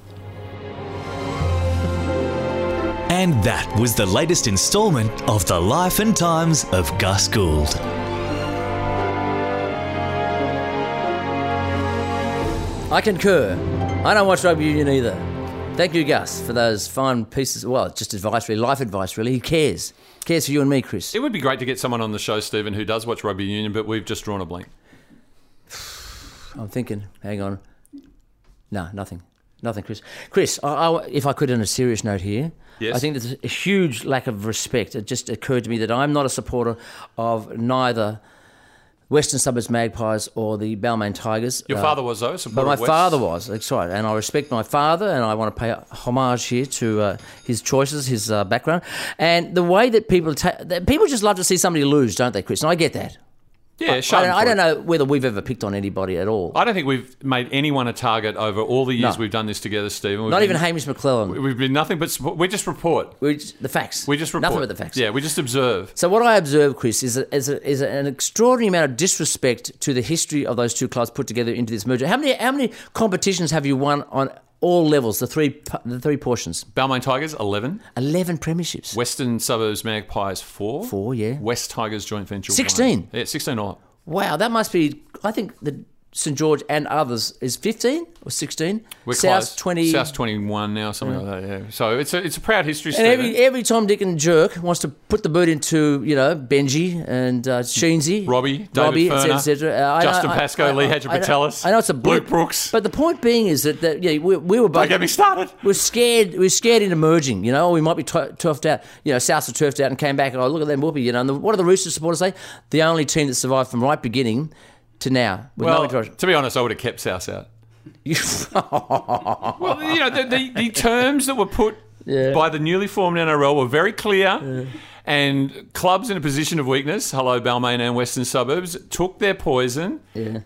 [SPEAKER 11] And that was the latest instalment of The Life and Times of Gus Gould.
[SPEAKER 7] I concur. I don't watch rugby union either. Thank you, Gus, for those fine pieces. Well, just advice, really, life advice, really. He cares. Cares for you and me, Chris.
[SPEAKER 3] It would be great to get someone on the show, Stephen, who does watch rugby union, but we've just drawn a blank.
[SPEAKER 7] I'm thinking. Hang on. No, nothing. Nothing, Chris. Chris, I, I- if I could, on a serious note here,
[SPEAKER 3] Yes.
[SPEAKER 7] I think there's a huge lack of respect. It just occurred to me that I'm not a supporter of neither Western Suburbs Magpies or the Balmain Tigers.
[SPEAKER 3] Your
[SPEAKER 7] Uh,
[SPEAKER 3] father was, though, a
[SPEAKER 7] But
[SPEAKER 3] supporter
[SPEAKER 7] my
[SPEAKER 3] of West.
[SPEAKER 7] father was. That's right. And I respect my father, and I want to pay homage here to uh, his choices, his uh, background, and the way that people ta- that people just love to see somebody lose, don't they, Chris? And I get that.
[SPEAKER 3] Yeah,
[SPEAKER 7] I,
[SPEAKER 3] shame
[SPEAKER 7] I don't, I
[SPEAKER 3] for
[SPEAKER 7] don't
[SPEAKER 3] it.
[SPEAKER 7] know whether we've ever picked on anybody at all.
[SPEAKER 3] I don't think we've made anyone a target over all the years
[SPEAKER 7] No.
[SPEAKER 3] we've done this together, Stephen. We've
[SPEAKER 7] Not even
[SPEAKER 3] been-
[SPEAKER 7] Hamish McClellan.
[SPEAKER 3] we- We've been nothing but support. We just report.
[SPEAKER 7] We just, the facts.
[SPEAKER 3] We just report.
[SPEAKER 7] Nothing but the facts.
[SPEAKER 3] Yeah, we just observe.
[SPEAKER 7] So what I observe, Chris, is a, is, a, is a- an extraordinary amount of disrespect to the history of those two clubs put together into this merger. How many how many competitions have you won on all levels? The three p- the three portions.
[SPEAKER 3] Balmain Tigers, 11.
[SPEAKER 7] 11 premierships.
[SPEAKER 3] Western Suburbs Magpies, 4. 4,
[SPEAKER 7] yeah.
[SPEAKER 3] West Tigers Joint Venture,
[SPEAKER 7] 16.
[SPEAKER 3] One. Yeah, 16 all.
[SPEAKER 7] Wow, that must be. I think the St George and others is fifteen or sixteen.
[SPEAKER 3] We're
[SPEAKER 7] South
[SPEAKER 3] close.
[SPEAKER 7] twenty.
[SPEAKER 3] South 21 now, something like that, yeah. So it's a, it's a proud history,
[SPEAKER 7] and
[SPEAKER 3] Stephen.
[SPEAKER 7] every e- every Tom Dick and jerk wants to put the boot into you know Benji and uh, Sheensy,
[SPEAKER 3] Robbie, David
[SPEAKER 7] Robbie,
[SPEAKER 3] Ferner,
[SPEAKER 7] etc. Cetera. Uh, I-
[SPEAKER 3] Justin
[SPEAKER 7] I-
[SPEAKER 3] Pascoe,
[SPEAKER 7] I-
[SPEAKER 3] Lee
[SPEAKER 7] I-
[SPEAKER 3] Hadjipatelis,
[SPEAKER 7] I, I know it's a blip,
[SPEAKER 3] Luke Brooks.
[SPEAKER 7] but the point being is that, that yeah, we, we were both.
[SPEAKER 3] Don't get me started.
[SPEAKER 7] We're scared. We're scared into merging. You know, we might be tu- turfed out. You know, South are turfed out and came back. And oh, look at them whoopee. You know, and the, what do the Roosters supporters say? The only team that survived from right beginning to now. With no
[SPEAKER 3] well,
[SPEAKER 7] interruption.
[SPEAKER 3] to be honest, I would have kept South out. well, you know, the, the, the terms that were put by the newly formed NRL were very clear. And clubs in a position of weakness, hello Balmain and Western Suburbs, took their poison,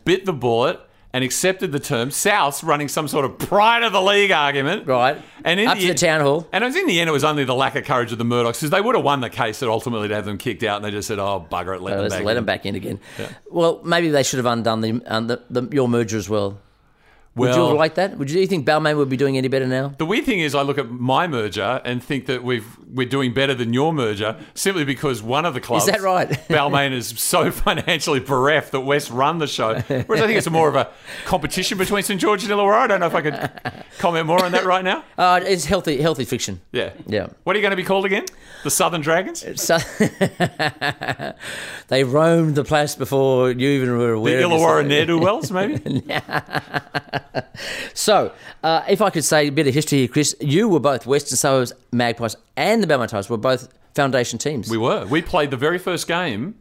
[SPEAKER 3] bit the bullet, and accepted the term. South's running some sort of pride of the league argument, right? And in
[SPEAKER 7] Up to the town hall.
[SPEAKER 3] And it was in the end, it was only the lack of courage of the Murdochs because they would have won the case that ultimately to have them kicked out, and they just said, "Oh bugger it, let,
[SPEAKER 7] Oh,
[SPEAKER 3] them,
[SPEAKER 7] let's
[SPEAKER 3] back
[SPEAKER 7] let
[SPEAKER 3] in.
[SPEAKER 7] them back in again. Well, maybe they should have undone the, um, the, the your merger as well. Would you
[SPEAKER 3] Well-
[SPEAKER 7] have liked that? Would you, do you think Balmain would be doing any better now?
[SPEAKER 3] The weird thing is, I look at my merger and think that we've we're doing better than your merger simply because one of the clubs,
[SPEAKER 7] that right?
[SPEAKER 3] Balmain is so financially bereft that West run the show. Whereas I think it's more of a competition between St George and Illawarra. I don't know if I could comment more on that right now.
[SPEAKER 7] Uh, it's healthy, healthy fiction.
[SPEAKER 3] Yeah.
[SPEAKER 7] Yeah.
[SPEAKER 3] What are you going to be called again? The Southern Dragons?
[SPEAKER 7] So, they roamed the place before you even were
[SPEAKER 3] the
[SPEAKER 7] aware. of this.
[SPEAKER 3] Illawarra ne'er do wells, maybe?
[SPEAKER 7] So, uh, if I could say a bit of history here, Chris, you were both Western Suburbs Magpies and the Balmain Tigers were both foundation teams.
[SPEAKER 3] we were. We played the very first game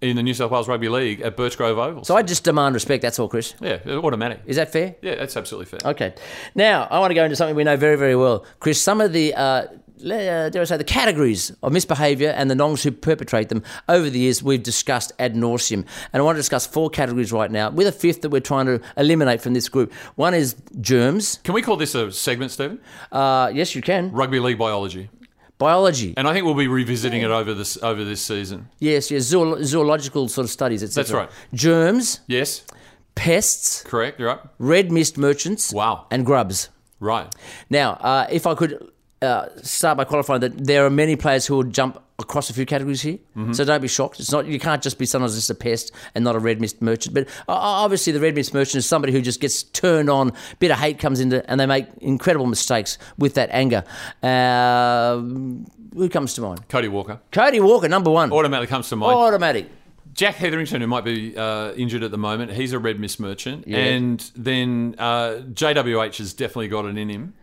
[SPEAKER 3] in the New South Wales Rugby League at Birchgrove Oval.
[SPEAKER 7] so I just demand respect. That's all, Chris.
[SPEAKER 3] yeah, automatic.
[SPEAKER 7] Is that fair?
[SPEAKER 3] Yeah, that's absolutely fair.
[SPEAKER 7] Okay. Now, I want to go into something we know very, very well. Chris, some of the, uh, le- uh, dare I say, the categories of misbehaviour and the nongs who perpetrate them over the years we've discussed ad nauseum. And I want to discuss four categories right now, with a fifth that we're trying to eliminate from this group. One is germs.
[SPEAKER 3] Can we call this a segment, Stephen?
[SPEAKER 7] Uh, yes, you can.
[SPEAKER 3] Rugby league biology.
[SPEAKER 7] Biology.
[SPEAKER 3] And I think we'll be revisiting it over this over this season.
[SPEAKER 7] Yes, yes. Zool- zoological sort of studies, etc.
[SPEAKER 3] That's right.
[SPEAKER 7] Germs,
[SPEAKER 3] Yes,
[SPEAKER 7] pests,
[SPEAKER 3] correct. You're right.
[SPEAKER 7] red mist merchants.
[SPEAKER 3] Wow.
[SPEAKER 7] And grubs.
[SPEAKER 3] Right.
[SPEAKER 7] Now, uh, if I could uh, start by qualifying that there are many players who will jump across a few categories here, so don't be shocked. It's not you can't just be sometimes just a pest and not a red mist merchant. But uh, obviously, the red mist merchant is somebody who just gets turned on. Bit of hate comes into, and they make incredible mistakes with that anger. Uh, who comes to mind?
[SPEAKER 3] Cody Walker
[SPEAKER 7] Cody Walker, number one,
[SPEAKER 3] automatically comes to mind.
[SPEAKER 7] automatic.
[SPEAKER 3] Jack Hetherington, who might be uh, injured at the moment, he's a red miss merchant,
[SPEAKER 12] Yeah.
[SPEAKER 3] and then uh, JWH has definitely got it in him,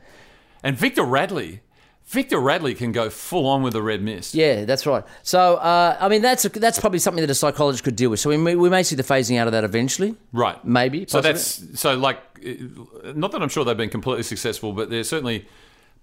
[SPEAKER 3] and Victor Radley. Victor Radley can go full on with the red miss.
[SPEAKER 7] Yeah, that's right. So, uh, I mean, that's that's probably something that a psychologist could deal with. So we may, we may see the phasing out of that eventually.
[SPEAKER 3] Right.
[SPEAKER 7] Maybe.
[SPEAKER 3] So
[SPEAKER 7] possibly.
[SPEAKER 3] that's so like uh, not that I'm sure they've been completely successful, but they're certainly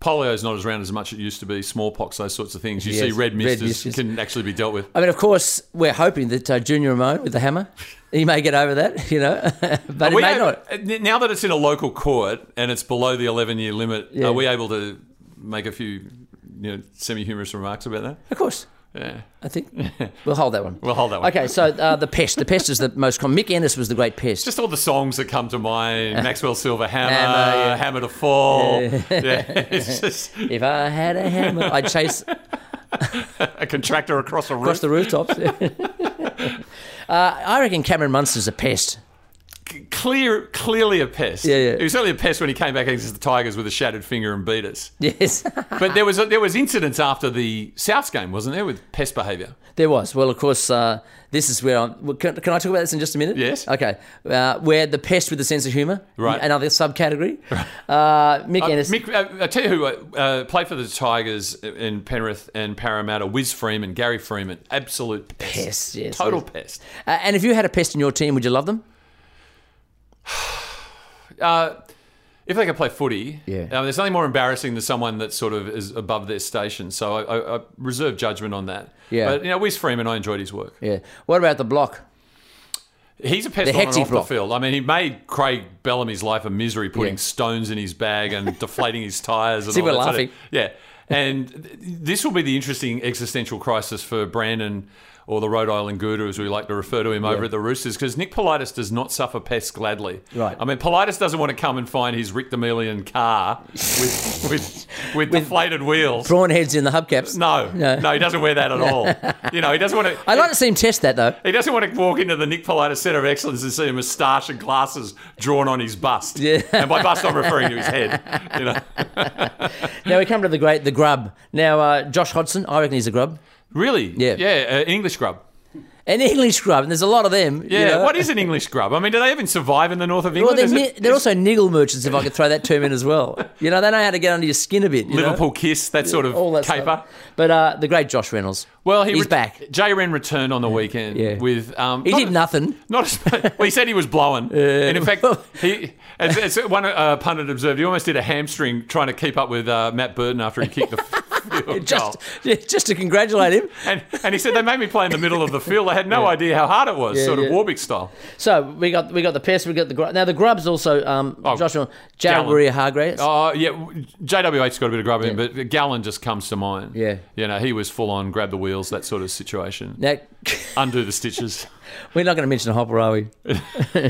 [SPEAKER 3] polio's not as round as much it used to be. Smallpox, those sorts of things. You see,
[SPEAKER 7] Yes,
[SPEAKER 3] red
[SPEAKER 7] red
[SPEAKER 3] mist is-
[SPEAKER 7] mist is-
[SPEAKER 3] can actually be dealt with.
[SPEAKER 7] I mean, of course, we're hoping that uh, Junior Ramon with the hammer, he may get over that, you know, but
[SPEAKER 3] Are
[SPEAKER 7] he
[SPEAKER 3] we
[SPEAKER 7] may
[SPEAKER 3] ab-
[SPEAKER 7] not.
[SPEAKER 3] n- Now that it's in a local court and it's below the 11 year limit,
[SPEAKER 7] Yeah.
[SPEAKER 3] are we able to make a few you know, semi humorous remarks about that?
[SPEAKER 7] Of course.
[SPEAKER 3] Yeah.
[SPEAKER 7] I think we'll hold that one.
[SPEAKER 3] We'll hold that one.
[SPEAKER 7] Okay, so uh, the pest. The pest is the most common. Mick Ennis was the great pest.
[SPEAKER 3] Just all the songs that come to mind Maxwell Silver Hammer,
[SPEAKER 7] Hammer,
[SPEAKER 3] Hammer,
[SPEAKER 7] yeah.
[SPEAKER 3] to Fall.
[SPEAKER 7] Yeah.
[SPEAKER 3] Yeah, it's just-
[SPEAKER 7] if I had a hammer, I'd chase
[SPEAKER 3] a contractor across a roof.
[SPEAKER 7] across the rooftops. uh, I reckon Cameron Munster's a pest.
[SPEAKER 3] Clear, clearly a pest. Yeah, yeah. He was only a pest when he came back against the Tigers with a shattered finger and beat us.
[SPEAKER 7] Yes.
[SPEAKER 3] but there was there was incidents after the Souths game, wasn't there, with pest behaviour?
[SPEAKER 7] There was. Well, of course, uh, this is where I'm. well, Can, can I talk about this in just a minute? Yes. Okay. Uh, where the pest with the sense of humour.
[SPEAKER 3] Right.
[SPEAKER 7] Another subcategory. Uh, Mick
[SPEAKER 3] Uh,
[SPEAKER 7] Ennis.
[SPEAKER 3] Mick, uh, I tell you who uh, uh, played for the Tigers in Penrith and Parramatta. Wiz Freeman, Gary Freeman, absolute pest,
[SPEAKER 7] Pest, yes.
[SPEAKER 3] total pest.
[SPEAKER 7] Uh, and if you had a pest in your team, would you love them?
[SPEAKER 3] Uh, if they could play footy,
[SPEAKER 7] Yeah.
[SPEAKER 3] um, there's nothing more embarrassing than someone that sort of is above their station. So I, I, I reserve judgment on that.
[SPEAKER 7] Yeah.
[SPEAKER 3] But you know, Wiz Freeman, I enjoyed his work.
[SPEAKER 7] Yeah. What about the block?
[SPEAKER 3] He's a
[SPEAKER 7] The
[SPEAKER 3] pest on and
[SPEAKER 7] hectic
[SPEAKER 3] off
[SPEAKER 7] block.
[SPEAKER 3] the field. I mean, he made Craig Bellamy's life a misery, putting stones in his bag and deflating his tyres. And
[SPEAKER 7] See,
[SPEAKER 3] all
[SPEAKER 7] we're
[SPEAKER 3] that sort of-
[SPEAKER 7] laughing.
[SPEAKER 3] yeah, and th- this will be the interesting existential crisis for Brandon or the Rhode Island Guru, as we like to refer to him over
[SPEAKER 7] Yeah.
[SPEAKER 3] at the Roosters, because Nick Politis does not suffer pests gladly.
[SPEAKER 7] Right.
[SPEAKER 3] I mean, Politis doesn't want to come and find his Rick D'Amelian car with, with, with deflated wheels.
[SPEAKER 7] Prawn heads in the hubcaps.
[SPEAKER 3] No, no, he doesn't wear that at all. You know, he doesn't want to.
[SPEAKER 7] I'd like to see him test that though.
[SPEAKER 3] He doesn't want to walk into the Nick Politis Centre of Excellence and see a moustache and glasses drawn on his bust. Yeah. And by bust, I'm referring to his head. You know.
[SPEAKER 7] now we come to the great, the grub. Now, uh, Josh Hodgson, I reckon he's a grub.
[SPEAKER 3] Really? Yeah. Yeah, uh, English grub.
[SPEAKER 7] An English grub, and there's a lot of them. you
[SPEAKER 3] Yeah.
[SPEAKER 7] know.
[SPEAKER 3] What is an English grub? I mean, do they even survive in the north of
[SPEAKER 7] Well,
[SPEAKER 3] England?
[SPEAKER 7] they're,
[SPEAKER 3] Is
[SPEAKER 7] ni-
[SPEAKER 3] it-
[SPEAKER 7] they're also niggle merchants, if I could throw that term in as well. You know, they know how to get under your skin a bit. you know?
[SPEAKER 3] Liverpool kiss, that sort of
[SPEAKER 7] All that
[SPEAKER 3] caper.
[SPEAKER 7] stuff. But uh, the great Josh Reynolds.
[SPEAKER 3] Well, he
[SPEAKER 7] he's
[SPEAKER 3] ret-
[SPEAKER 7] back.
[SPEAKER 3] J Ren returned on the weekend with. Um,
[SPEAKER 7] He
[SPEAKER 3] not
[SPEAKER 7] did
[SPEAKER 3] a-
[SPEAKER 7] nothing.
[SPEAKER 3] Not as well. He said he was blowing, and in fact, he as, as one uh, pundit observed, he almost did a hamstring trying to keep up with uh, Matt Burton after he kicked the field
[SPEAKER 7] Just-
[SPEAKER 3] goal.
[SPEAKER 7] yeah, just to congratulate him.
[SPEAKER 3] Oh. And, and he said they made me play in the middle of the field. I had no idea how hard it was,
[SPEAKER 7] Yeah,
[SPEAKER 3] sort
[SPEAKER 7] yeah.
[SPEAKER 3] of Warwick style.
[SPEAKER 7] So we got we got the pest, we got the grub. Now the grub's also um, Josh Reynolds, Jared
[SPEAKER 3] Gallon.
[SPEAKER 7] Warrior Hargraves.
[SPEAKER 3] Oh yeah, JWH's got a bit of grub in, him, but Gallon just comes to mind.
[SPEAKER 7] Yeah.
[SPEAKER 3] you know he was full on grab the wheels, that sort of situation.
[SPEAKER 7] Now
[SPEAKER 3] Undo the stitches.
[SPEAKER 7] we're not going to mention Hopper, are we?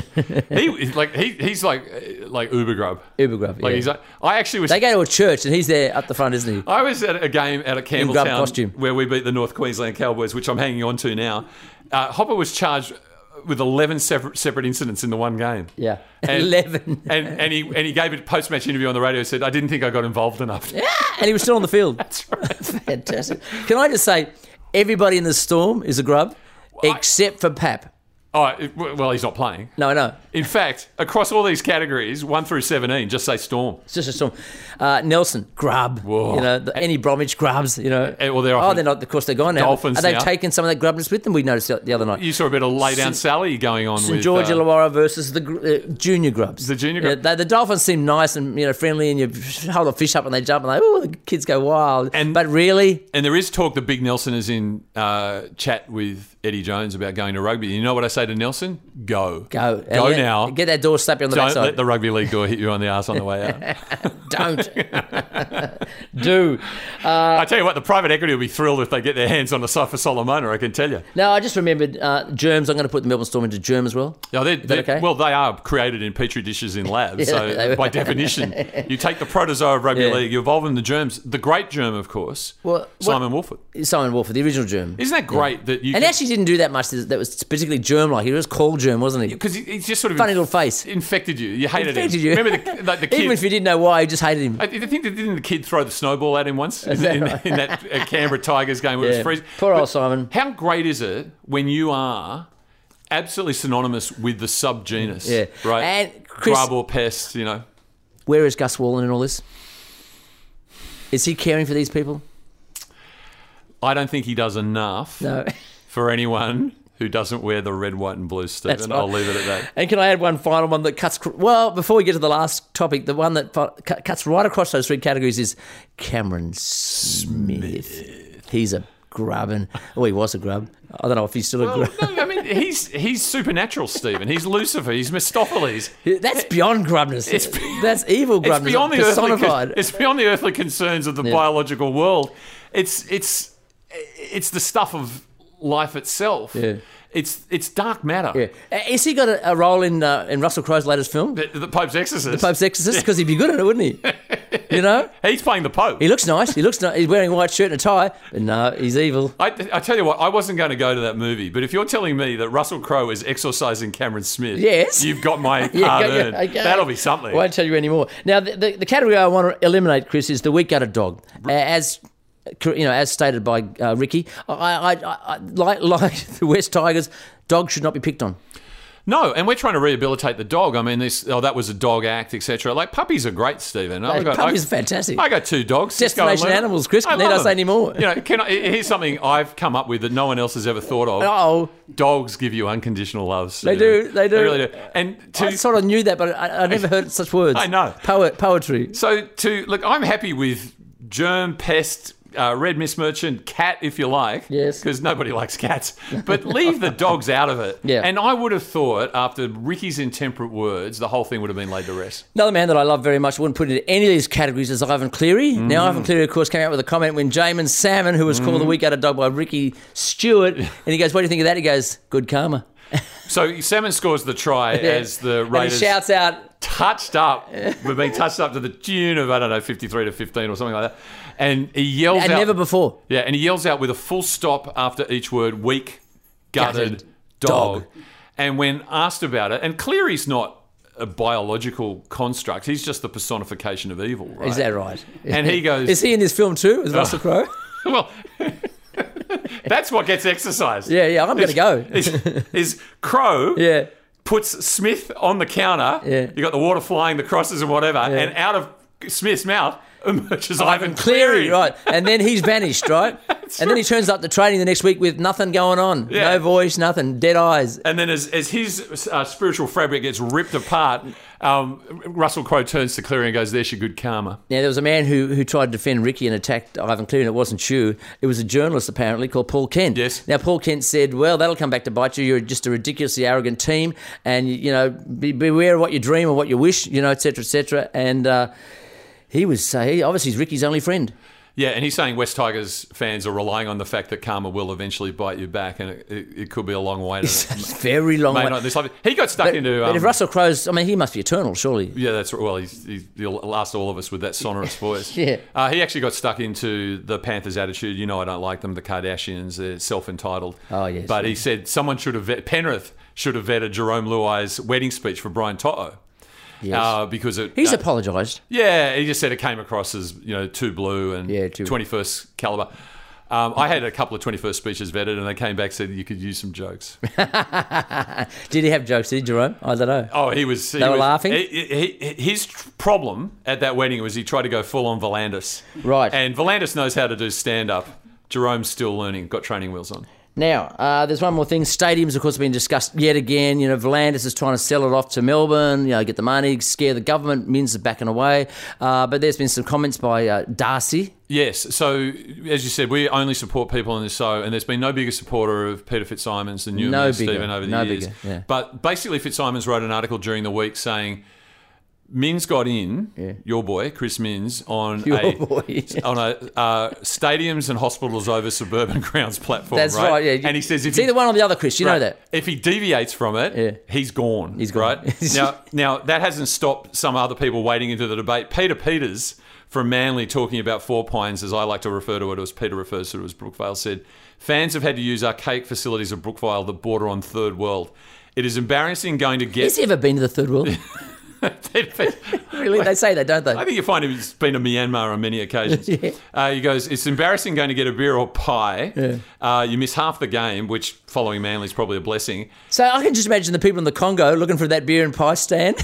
[SPEAKER 3] He like he, he's like uh, like Uber grub.
[SPEAKER 7] Uber grub.
[SPEAKER 3] Like
[SPEAKER 7] yeah.
[SPEAKER 3] he's Oh. like I actually was
[SPEAKER 7] they go to a church and he's there up the front, isn't he?
[SPEAKER 3] I was at a game out at
[SPEAKER 7] grub
[SPEAKER 3] Campbelltown
[SPEAKER 7] costume.
[SPEAKER 3] where we beat the North Queensland Cowboys, which I'm hanging on to now. Uh, Hopper was charged with 11 separate, separate incidents in the one game.
[SPEAKER 7] Yeah,
[SPEAKER 3] And-
[SPEAKER 7] eleven,
[SPEAKER 3] And, and he and he gave a post match interview on the radio. Said I didn't think I got involved enough.
[SPEAKER 7] and he was still on the field. That's
[SPEAKER 3] right.
[SPEAKER 7] Fantastic. Can I just say, everybody in the storm is a grub, except for Pap.
[SPEAKER 3] Oh it- well, he's not playing.
[SPEAKER 7] No, I know.
[SPEAKER 3] In fact, across all these categories, one through 17, just say Storm.
[SPEAKER 7] It's just a storm. Uh, Nelson, grub. You know, the, any Bromwich grubs, you know.
[SPEAKER 3] Eh, well, they're
[SPEAKER 7] oh,
[SPEAKER 3] often-
[SPEAKER 7] they're not. Of course, they're gone now.
[SPEAKER 3] Dolphins
[SPEAKER 7] Are they
[SPEAKER 3] now.
[SPEAKER 7] taking some of that grubness with them? We noticed the the other night.
[SPEAKER 3] You saw a bit of lay down
[SPEAKER 7] St-
[SPEAKER 3] Sally going on
[SPEAKER 7] St
[SPEAKER 3] with
[SPEAKER 7] George
[SPEAKER 3] uh,
[SPEAKER 7] Illawarra versus the gr- uh, junior grubs. The
[SPEAKER 3] junior
[SPEAKER 7] grubs. the Dolphins seem nice and you know friendly, and you hold a fish up and they jump and they oh the kids go wild. And but really,
[SPEAKER 3] And there is talk that Big Nelson is in uh, chat with Eddie Jones about going to rugby. You know what I say to Nelson? Go.
[SPEAKER 7] go
[SPEAKER 3] Go
[SPEAKER 7] And let-
[SPEAKER 3] now.
[SPEAKER 7] Get that door slap you on the
[SPEAKER 3] Don't
[SPEAKER 7] backside. Uh,
[SPEAKER 3] let the rugby league door hit you on the ass on the way out.
[SPEAKER 7] Don't do.
[SPEAKER 3] I tell you what, the private equity will be thrilled if they get their hands on the side for Solomona, I can tell you.
[SPEAKER 7] Now I just remembered uh, germs. I'm going to put the Melbourne Storm into germ as well.
[SPEAKER 3] No, they're,
[SPEAKER 7] Is that
[SPEAKER 3] they're-
[SPEAKER 7] okay?
[SPEAKER 3] Well, they are created in petri dishes in labs.
[SPEAKER 7] Yeah, they were.
[SPEAKER 3] so, by definition, you take the protozoa of rugby
[SPEAKER 7] Yeah.
[SPEAKER 3] league, you evolve them the germs, the great germ, of course,
[SPEAKER 7] Well,
[SPEAKER 3] Simon Wolford.
[SPEAKER 7] Simon Wolford, the original germ.
[SPEAKER 3] Isn't that great that you
[SPEAKER 7] and
[SPEAKER 3] can-
[SPEAKER 7] actually didn't do that much. That was particularly germ like. He was called Germ, wasn't he?
[SPEAKER 3] Because he, he just sort of
[SPEAKER 7] funny little face.
[SPEAKER 3] Infected you. You hated
[SPEAKER 7] Infected
[SPEAKER 3] him.
[SPEAKER 7] you.
[SPEAKER 3] Remember the, like the kid.
[SPEAKER 7] Even if you didn't know why, you just hated him.
[SPEAKER 3] I I think that didn't the kid throw the snowball at him once in,
[SPEAKER 7] Is that
[SPEAKER 3] in-
[SPEAKER 7] right?
[SPEAKER 3] in that uh, Canberra Tigers game where it
[SPEAKER 7] Yeah.
[SPEAKER 3] was freezing.
[SPEAKER 7] Poor old Simon.
[SPEAKER 3] How great is it when you are absolutely synonymous with the subgenus?
[SPEAKER 7] Yeah.
[SPEAKER 3] Right.
[SPEAKER 7] And Chris-
[SPEAKER 3] Grub or pest, you know.
[SPEAKER 7] Where is Gus Wallen in all this? Is he caring for these people?
[SPEAKER 3] I don't think he does enough
[SPEAKER 7] No.
[SPEAKER 3] for anyone who doesn't wear the red, white, and blue, Stephen.
[SPEAKER 7] That's right.
[SPEAKER 3] I'll leave it at that.
[SPEAKER 7] And can I add one final one that cuts? cr- Well, before we get to the last topic, the one that fu- cu- cuts right across those three categories is Cameron Smith. He's a grub, and oh, he was a grub. I don't know if he's still a grub.
[SPEAKER 3] Oh, No, I mean, he's he's supernatural, Stephen. He's Lucifer. He's Mistopheles.
[SPEAKER 7] That's beyond grubness. That's evil grubness.
[SPEAKER 3] It's beyond the
[SPEAKER 7] personified.
[SPEAKER 3] earthly. It's beyond the earthly concerns of the biological world. It's it's it's the stuff of life itself.
[SPEAKER 7] Yeah.
[SPEAKER 3] It's it's dark matter.
[SPEAKER 7] Uh, Has he got a, a role in uh, in Russell Crowe's latest film,
[SPEAKER 3] The, the Pope's exorcist.
[SPEAKER 7] The Pope's Exorcist? Because he'd be good at it, wouldn't he? You know,
[SPEAKER 3] He's playing the Pope.
[SPEAKER 7] he looks nice. He looks nice. He's wearing a white shirt and a tie, but no, he's evil.
[SPEAKER 3] I, I tell you what, I wasn't going to go to that movie, but if you're telling me that Russell Crowe is exorcising Cameron Smith,
[SPEAKER 7] Yes.
[SPEAKER 3] you've got my
[SPEAKER 7] Yeah,
[SPEAKER 3] card
[SPEAKER 7] yeah,
[SPEAKER 3] earned.
[SPEAKER 7] okay.
[SPEAKER 3] Ah, That'll be something.
[SPEAKER 7] I won't tell you anymore. Now, the, the, the category I want to eliminate, Chris, is the weak-gutted dog, Uh, as you know, as stated by uh, Ricky. I, I, I, I like like the West Tigers. Dogs should not be picked on.
[SPEAKER 3] No, and we're trying to rehabilitate the dog. I mean, this oh, that was a dog act, etc. Like puppies are great, Stephen. I've
[SPEAKER 7] Like,
[SPEAKER 3] got-
[SPEAKER 7] puppies
[SPEAKER 3] I-
[SPEAKER 7] are fantastic.
[SPEAKER 3] I got two dogs. Cisco and
[SPEAKER 7] Destination
[SPEAKER 3] Luna.
[SPEAKER 7] animals, Chris. Need
[SPEAKER 3] love
[SPEAKER 7] I say
[SPEAKER 3] them.
[SPEAKER 7] any more?
[SPEAKER 3] You know, can I, here's something I've come up with that no one else has ever thought of.
[SPEAKER 7] Oh,
[SPEAKER 3] Dogs give you unconditional love.
[SPEAKER 7] They
[SPEAKER 3] Stephen.
[SPEAKER 7] do, they do.
[SPEAKER 3] They really do. And to,
[SPEAKER 7] I sort of knew that, but I, I never heard such words.
[SPEAKER 3] I know.
[SPEAKER 7] Poet, poetry.
[SPEAKER 3] So to look, I'm happy with germ, pest, uh, red mismerchant, cat, if you like.
[SPEAKER 7] Yes.
[SPEAKER 3] Because nobody likes cats. But leave the dogs out of it.
[SPEAKER 7] Yeah.
[SPEAKER 3] And I would have thought after Ricky's intemperate words, the whole thing would have been laid to rest.
[SPEAKER 7] Another man that I love very much, I wouldn't put into any of these categories, is Ivan Cleary.
[SPEAKER 3] Mm.
[SPEAKER 7] Now, Ivan Cleary, of course, came out with a comment when Jamin Salmon, who was called the week out of dog by Ricky Stewart, and he goes, What do you think of that? He goes, Good karma.
[SPEAKER 3] So Salmon scores the try as the
[SPEAKER 7] And he
[SPEAKER 3] Raiders
[SPEAKER 7] shouts out,
[SPEAKER 3] touched up. We're being touched up to the tune of I don't know, fifty-three to fifteen or something like that. And he yells
[SPEAKER 7] And
[SPEAKER 3] out.
[SPEAKER 7] never before.
[SPEAKER 3] Yeah, and he yells out with a full stop after each word, weak, gutted,
[SPEAKER 7] Gutted
[SPEAKER 3] dog.
[SPEAKER 7] dog.
[SPEAKER 3] And when asked about it, and Cleary's not a biological construct, he's just the personification of evil, right?
[SPEAKER 7] Is that right?
[SPEAKER 3] And he goes-
[SPEAKER 7] Is he in this film too? Is Russell Crowe?
[SPEAKER 3] well, that's what gets exercised.
[SPEAKER 7] Yeah, yeah, I'm going to go.
[SPEAKER 3] Is, is Crow
[SPEAKER 7] Yeah.
[SPEAKER 3] puts Smith on the counter.
[SPEAKER 7] Yeah.
[SPEAKER 3] You got the water flying, the crosses and whatever, and out of Smith's mouth emerges Ivan,
[SPEAKER 7] Cleary, right. And then he's vanished, right? and then he turns up to training the next week with nothing going on.
[SPEAKER 3] Yeah.
[SPEAKER 7] No voice, nothing, dead eyes.
[SPEAKER 3] And then as, as his uh, spiritual fabric gets ripped apart, um, Russell Crowe turns to Cleary and goes, there's your good karma.
[SPEAKER 7] Now, there was a man who, who tried to defend Ricky and attacked Ivan Cleary, and it wasn't you. It was a journalist, apparently, called Paul Kent.
[SPEAKER 3] Yes.
[SPEAKER 7] Now, Paul Kent said, Well, that'll come back to bite you. You're just a ridiculously arrogant team, and, you know, be, beware of what you dream or what you wish, you know, et cetera, et cetera. And uh, he was, uh, he, obviously, he's Ricky's only friend.
[SPEAKER 3] Yeah, and he's saying West Tigers fans are relying on the fact that karma will eventually bite you back, and it, it, it could be a long way to
[SPEAKER 7] It's a very long
[SPEAKER 3] may
[SPEAKER 7] way.
[SPEAKER 3] not this life. He got stuck
[SPEAKER 7] But,
[SPEAKER 3] into.
[SPEAKER 7] but
[SPEAKER 3] Um,
[SPEAKER 7] if Russell Crowe's, I mean, he must be eternal, surely.
[SPEAKER 3] Yeah, that's right. Well, he's, he's, he'll last all of us with that sonorous voice.
[SPEAKER 7] Yeah.
[SPEAKER 3] Uh, he actually got stuck into the Panthers' attitude. You know, I don't like them, the Kardashians, they're self entitled.
[SPEAKER 7] Oh, yes.
[SPEAKER 3] But he said someone should have, vet, Penrith should have vetted Jerome Luai's wedding speech for Brian Toto.
[SPEAKER 7] Yes.
[SPEAKER 3] Uh, because it,
[SPEAKER 7] He's
[SPEAKER 3] uh,
[SPEAKER 7] apologised.
[SPEAKER 3] yeah, he just said it came across as you know too blue and
[SPEAKER 7] Yeah, too-
[SPEAKER 3] 21st caliber. Um, I had a couple of 21st speeches vetted, and they came back said you could use some jokes.
[SPEAKER 7] Did he have jokes, did he, Jerome? I don't know.
[SPEAKER 3] Oh, he was. He
[SPEAKER 7] They were
[SPEAKER 3] was-
[SPEAKER 7] laughing?
[SPEAKER 3] he- he- he- his tr- problem at that wedding was he tried to go full on Volandis.
[SPEAKER 7] Right.
[SPEAKER 3] And Volandis knows how to do stand up. Jerome's still learning. Got training wheels on.
[SPEAKER 7] Now, uh, there's one more thing. Stadiums, of course, have been discussed yet again. You know, Volandis is trying to sell it off to Melbourne, you know, get the money, scare the government. Minns is backing away. Uh, but there's been some comments by uh, Darcy.
[SPEAKER 3] Yes. So as you said, we only support people on this show, and there's been no bigger supporter of Peter Fitzsimons than you
[SPEAKER 7] No
[SPEAKER 3] and me,
[SPEAKER 7] bigger,
[SPEAKER 3] Stephen over the
[SPEAKER 7] no
[SPEAKER 3] years.
[SPEAKER 7] bigger, yeah.
[SPEAKER 3] But basically, Fitzsimons wrote an article during the week saying Mins got in, your boy Chris Mins, on
[SPEAKER 7] Your
[SPEAKER 3] a
[SPEAKER 7] boy,
[SPEAKER 3] on a uh, stadiums and hospitals over suburban grounds platform.
[SPEAKER 7] That's right, yeah.
[SPEAKER 3] Oh, and he says if
[SPEAKER 7] It's
[SPEAKER 3] he,
[SPEAKER 7] either one or the other, Chris. You know
[SPEAKER 3] Right.
[SPEAKER 7] that.
[SPEAKER 3] If he deviates from it, he's gone. He's gone. Right? now, now, that hasn't stopped some other people wading into the debate. Peter Peters from Manly talking about Four Pines, as I like to refer to it, as Peter refers to it as Brookvale, said fans have had to use archaic facilities of Brookvale that border on third world. It is embarrassing going to get.
[SPEAKER 7] Has he ever been to the third world? really? They say that, don't they?
[SPEAKER 3] I think you find he's been to Myanmar on many occasions. uh, he goes, It's embarrassing going to get a beer or pie.
[SPEAKER 7] Yeah.
[SPEAKER 3] Uh, you miss half the game, which following Manly is probably a blessing.
[SPEAKER 7] So I can just imagine the people in the Congo looking for that beer and pie stand.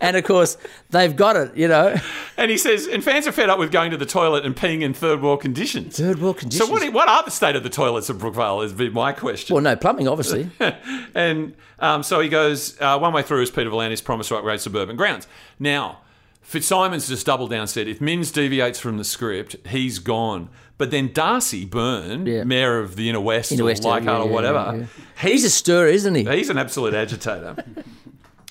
[SPEAKER 7] and of course, they've got it, you know.
[SPEAKER 3] And he says, and fans are fed up with going to the toilet and peeing in third world conditions.
[SPEAKER 7] Third world conditions.
[SPEAKER 3] So what, what are the state of the toilets of Brookvale is be my question.
[SPEAKER 7] Well, no, plumbing, obviously.
[SPEAKER 3] and um, so he goes, uh, one way through is Peter Volandis promised to upgrade suburban grounds. Now, Fitzsimons just doubled down, said, if Minns deviates from the script, he's gone. But then Darcy Byrne, mayor of the Inner West
[SPEAKER 7] Inner
[SPEAKER 3] or
[SPEAKER 7] West, yeah,
[SPEAKER 3] Leichhardt
[SPEAKER 7] yeah,
[SPEAKER 3] or
[SPEAKER 7] yeah,
[SPEAKER 3] whatever,
[SPEAKER 7] yeah.
[SPEAKER 3] he's
[SPEAKER 7] a stirrer, isn't he?
[SPEAKER 3] He's an absolute agitator.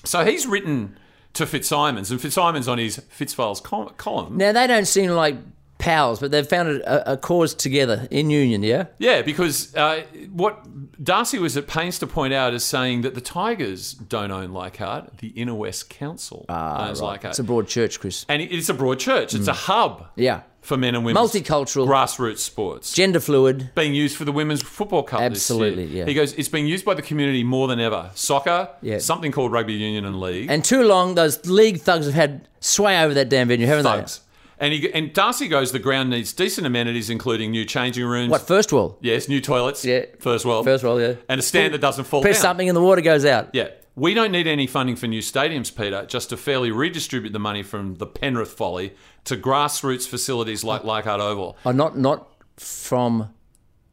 [SPEAKER 3] so he's written to Fitzsimons, and Fitzsimons on his Fitzvale's col- column
[SPEAKER 7] Now, they don't seem like pals, but they've found a, a cause together in union, yeah?
[SPEAKER 3] Yeah, because uh, what Darcy was at pains to point out is saying that the Tigers don't own Leichhardt, the Inner West Council owns
[SPEAKER 7] Ah, right.
[SPEAKER 3] Leichhardt.
[SPEAKER 7] It's a broad church, Chris.
[SPEAKER 3] and it- it's a broad church, it's a hub
[SPEAKER 7] Yeah.
[SPEAKER 3] for men and women.
[SPEAKER 7] Multicultural,
[SPEAKER 3] Grassroots sports.
[SPEAKER 7] gender fluid.
[SPEAKER 3] Being used for the Women's Football Cup.
[SPEAKER 7] Absolutely,
[SPEAKER 3] this year.
[SPEAKER 7] yeah.
[SPEAKER 3] He goes, it's being used by the community more than ever. Soccer,
[SPEAKER 7] Yeah.
[SPEAKER 3] something called rugby union and league.
[SPEAKER 7] And too long, those league thugs have had sway over that damn venue, haven't
[SPEAKER 3] Thugs. And, he, and Darcy goes, the ground needs decent amenities, including new changing
[SPEAKER 7] they?
[SPEAKER 3] rooms.
[SPEAKER 7] What, first world?
[SPEAKER 3] Yes, new toilets. Yeah. First world.
[SPEAKER 7] First world, yeah.
[SPEAKER 3] And a stand that doesn't fall
[SPEAKER 7] Press
[SPEAKER 3] down.
[SPEAKER 7] something and the water goes out.
[SPEAKER 3] Yeah. We don't need any funding for new stadiums, Peter, just to fairly redistribute the money from the Penrith folly to grassroots facilities like Leichhardt Oval
[SPEAKER 7] Are Oh, not, not from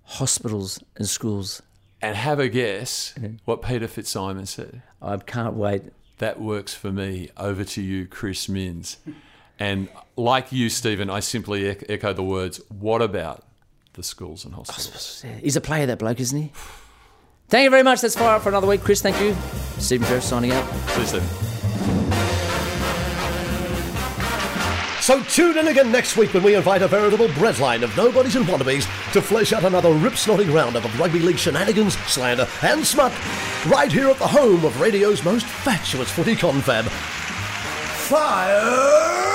[SPEAKER 7] hospitals and schools.
[SPEAKER 3] and have a guess what Peter Fitzsimons said.
[SPEAKER 7] I can't wait.
[SPEAKER 3] That works for me. Over to you, Chris Minns. And like you, Stephen, I simply ec- echo the words, what about the schools and hospitals?
[SPEAKER 7] He's a player, that bloke, isn't he? Thank you very much. That's fire up for another week. Chris, thank you. Stephen Ferris signing out.
[SPEAKER 3] See you, Stephen.
[SPEAKER 1] So tune in again next week when we invite a veritable breadline of nobodies and wannabes to flesh out another rip-snorting roundup of rugby league shenanigans, slander and smut right here at the home of radio's most fatuous footy confab. Fire!